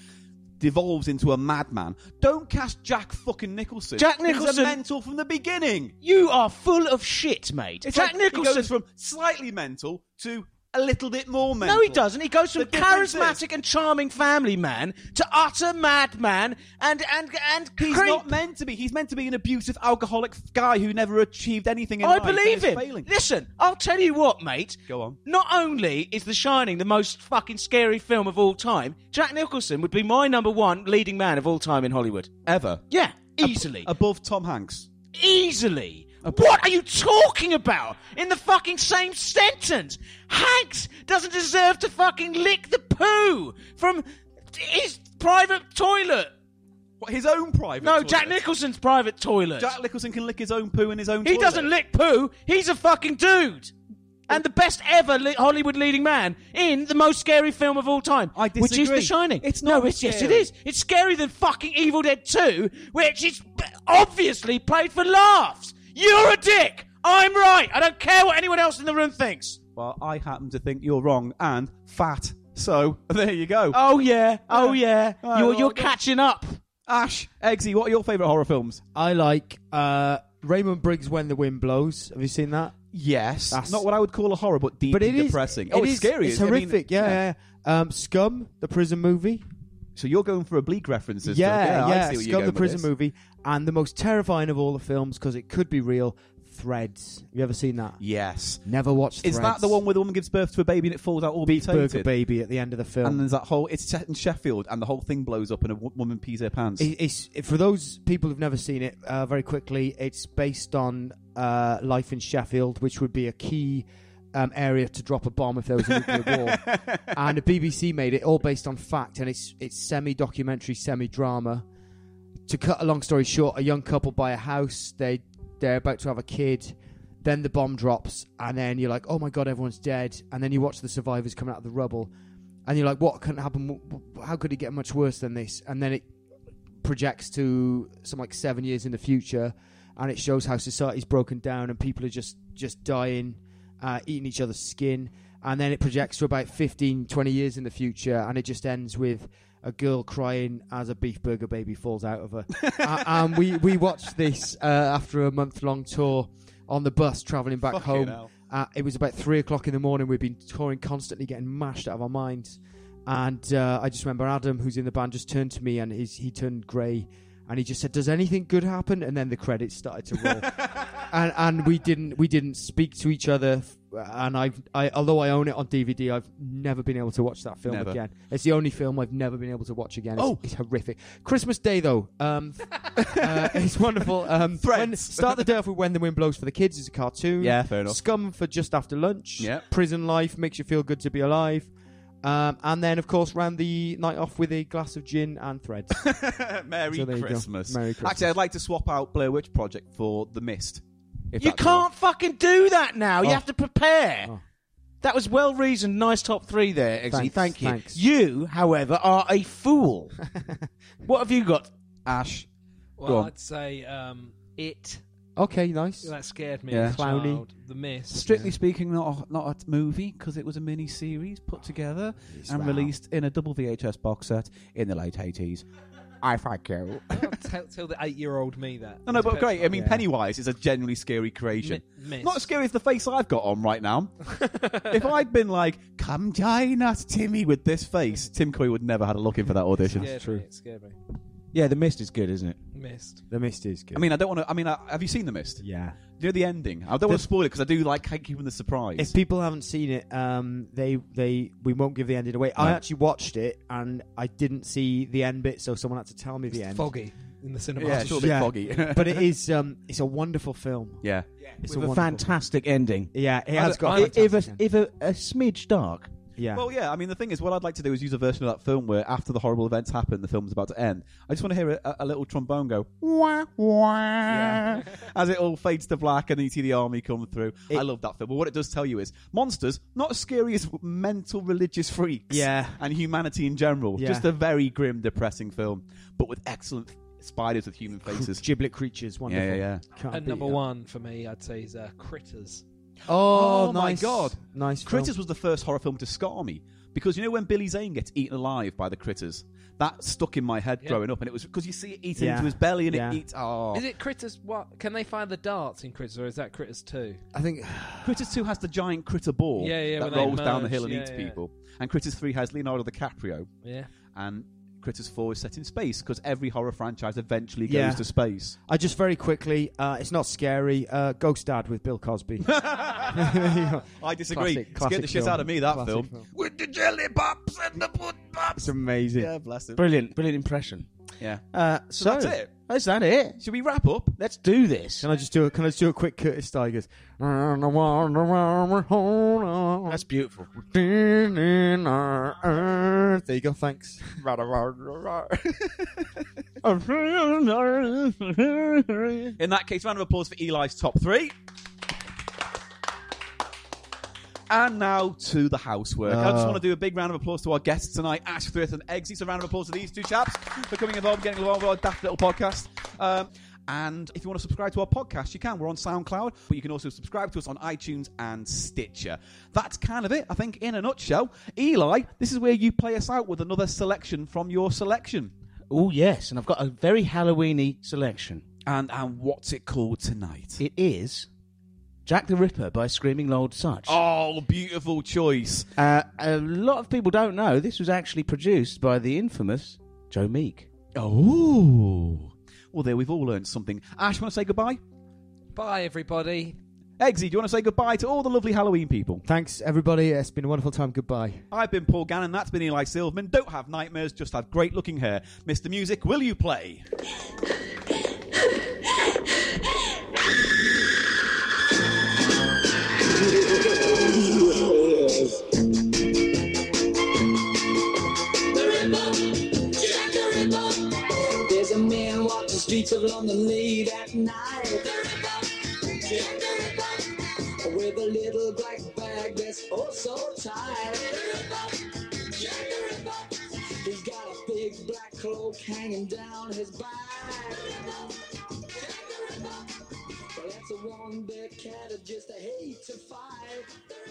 devolves into a madman, don't cast Jack fucking Nicholson.
Jack
He was
Nicholson-
a mental from the beginning.
You are full of shit, mate.
It's
Jack
like
Nicholson.
he goes from slightly mental to a little bit more mental.
No, he doesn't. He goes from
The difference
charismatic and charming family man to utter madman and and and
He's
creep.
not meant to be. He's meant to be an abusive alcoholic f- guy who never achieved anything in
I
life. and
believe
is
him.
Failing.
Listen, I'll tell you what, mate.
Go on.
Not only is The Shining the most fucking scary film of all time, Jack Nicholson would be my number one leading man of all time in Hollywood.
Ever.
Yeah, easily.
Above Tom Hanks.
easily. What are you talking about? In the fucking same sentence, Hanks doesn't deserve to fucking lick the poo from his private toilet.
What, his own private.
No,
toilet?
Jack Nicholson's private toilet.
Jack Nicholson can lick his own poo in his own.
he
toilet.
doesn't lick poo. He's a fucking dude. And the best ever li- Hollywood leading man in the most scary film of all time,
I
which is
disagree.
The Shining.
It's
no,
not
it's yes, it
scary.
is. It's scarier than fucking Evil Dead Two, which is b- obviously played for laughs. You're a dick. I'm right. I don't care what anyone else in the room thinks.
Well, I happen to think you're wrong and fat. So there you go.
Oh yeah, oh yeah.
Oh,
you're
well,
you're
I don't-
catching up.
Ash, Eggsy, what are your favourite horror films?
I like uh, Raymond Briggs When the Wind Blows. Have you seen that?
Yes,
That's-
not what I would call a horror, but deeply
But it is
depressing.
It
oh,
is-
it's scary.
It's
I mean,
horrific. yeah, yeah. yeah. Um, Scum, the prison movie.
So you're going for oblique references.
yeah,
to,
yeah.
I see where you're
Scum,
going
the
with
prison
this.
movie, and the most terrifying of all the films because it could be real. Threads. Have you ever seen that?
Yes.
Never watched.
Is that
Threads.
the one where the woman gives birth to a baby and it falls out all
Beef Burger
mutated?
Baby at the end of the film?
And there's that whole. It's set in Sheffield, and the whole thing blows up, and a wo- woman pees her pants.
It- It's it- for those people who've never seen it. Uh, very quickly, it's based on uh, life in Sheffield, which would be a key um, area to drop a bomb if there was a nuclear war. And the BBC made it all based on fact, and it's it's semi-documentary, semi-drama. To cut a long story short, a young couple buy a house. They they're about to have a kid. Then the bomb drops, and then you're like, "Oh my god, everyone's dead!" And then you watch the survivors coming out of the rubble, and you're like, "What can happen? W- w- How could it get much worse than this?" And then it projects to some like seven years in the future, and it shows how society's broken down and people are just just dying, uh, eating each other's skin. And then it projects to about 15, 20 years in the future, and it just ends with a girl crying as a beef burger baby falls out of her. A- and we we watched this uh, after a month long tour on the bus traveling back
Fucking
home.
hell.
Uh, it was about three o'clock in the morning. We'd been touring constantly, getting mashed out of our minds. And uh, I just remember Adam, who's in the band, just turned to me and he's, he turned grey and he just said, "Does anything good happen?" And then the credits started to roll. and and we didn't we didn't speak to each other. f- And I, I although I own it on DVD, I've never been able to watch that film
Never.
again. It's the only film I've never been able to watch again. It's,
Oh.
it's horrific. Christmas Day though, um, uh, it's wonderful. Um, when,
Threads.
start the day off with When the Wind Blows for the Kids is a cartoon.
Yeah, fair enough.
Scum for just after lunch.
Yeah.
Prison life makes you feel good to be alive. Um, and then, of course, round the night off with a glass of gin and threads.
Merry
So there you go.
Christmas.
Merry Christmas.
Actually, I'd like to swap out Blair Witch Project for The Mist. if
You
that's
can't fucking do that now. You
Oh.
have to prepare.
Oh.
That was well reasoned. Nice top three there, Eggsy.
Thanks,
Thank you.
thanks.
You, however, are a fool. what have you got?
all. Ash.
Well,
on.
I'd say um, it
Okay, nice.
That scared me.
Yeah.
as a
Clowny.
child. The mist.
Strictly speaking, not a, not a movie because it was a mini series
Ah,
put together and
wow.
released in a double VHS box set in the late eighties. I thank you.
I'll tell, tell the eight-year-old me that.
No, no, but
It's
great. I mean,
petrifying.
Pennywise is a generally scary creation.
Mi- missed.
Not as scary as the face I've got on right now. if I'd been like, "Come join us, Timmy," with this face, Tim Curry would never had a look in for that audition.
Scared me, It scared me.
Yeah, the mist is good, isn't it?
Missed.
The mist is good.
I mean, I don't want to. I mean, I, have you seen The Mist?
yeah.
Do you know the ending? I don't want to spoil it because I do like keeping the surprise.
If people haven't seen it, um, they they we won't give the ending away. I actually watched it and I didn't see the end bit, so someone had to tell me the end.
Foggy in the cinema.
yeah, it's a little
Yeah.
bit foggy.
but it is um, it's a wonderful film.
yeah,
It's
With a,
wonderful-
fantastic ending.
Yeah, it has got.
I-
a
if
fantastic
a,
end.
if a, a smidge dark.
yeah.
Well, yeah. I mean, the thing is, what I'd like to do is use a version of that film where, after the horrible events happen, the film's about to end. I just want to hear a- a, a little trombone go wah wah as it all fades to black, and then you see the army come through. I love that film. But what it does tell you is monsters not as scary as mental religious freaks,
Yeah.
and humanity in general.
Yeah.
Just a very grim, depressing film, but with excellent spiders with human faces.
Giblet creatures, wonderful.
yeah, yeah.
Can't
And
beat
number
it.
one for me, I'd say, is uh, Critters.
Oh,
Oh, my
nice.
God.
nice. film.
Critters was the first horror film to scar me because you know when Billy Zane gets eaten alive by the critters, that stuck in my head
Yeah.
growing up, and it was because you see it eating
Yeah.
into his belly and
Yeah.
it eats. Oh,
Is it Critters? What can they find the darts in Critters, or is that Critters two?
I think
Critters Two has the giant critter ball
Yeah, yeah, when
that
they
rolls down the
merge,
hill and
yeah,
eats
yeah.
people, and Critters Three has Leonardo DiCaprio,
Yeah.
and Critters Four is set in space because every horror franchise eventually goes
Yeah.
to space.
I just very quickly. Uh, it's not scary. Uh, Ghost Dad with Bill Cosby.
I
Classic-
disagree. Scared the
classic
shit
film.
out of me that
Classic
film.
film.
with the jelly pops and the pudding pops.
it's amazing.
Yeah, bless him.
Brilliant, brilliant impression.
Yeah.
Uh, so,
that's it.
Is that it?
Should we wrap up?
Let's do this.
Can I just do a Can I just do a quick Curtis Tigers? There
That's beautiful.
you go. Thanks.
In that case, round of applause for Eli's top three. And now to the housework. I just
Oh.
want to do a big round of applause to our guests tonight, Ash Frith and Eggsy. So, round of applause to these two chaps for coming involved, getting involved with our daft little podcast. Um, and if you want to subscribe to our podcast, you can. We're on SoundCloud, but you can also subscribe to us on iTunes and Stitcher. That's kind of it, I think, in a nutshell. Eli, this is where you play us out with another selection from your selection.
Oh yes, and I've got a very Halloweeny selection.
And and what's it called tonight?
It is Jack the Ripper by Screaming Old Such.
Oh, beautiful choice.
Uh, a lot of people don't know this was actually produced by the infamous Joe Meek.
Oh. Well, there, we've all learned something. Ash, want to say goodbye?
Bye, everybody.
Eggsy, do you want to say goodbye to all the lovely Halloween people?
Thanks, everybody. It's been a wonderful time. Goodbye.
I've been Paul Gannon, that's been Eli Silverman. Don't have nightmares, just have great looking hair. Mr. Music, will you play?
There's a man walk the streets of London late at night. With a little black bag that's oh so tight. He's got a big black cloak hanging down his back. Well, that's a one bit cat that just a hate to fight.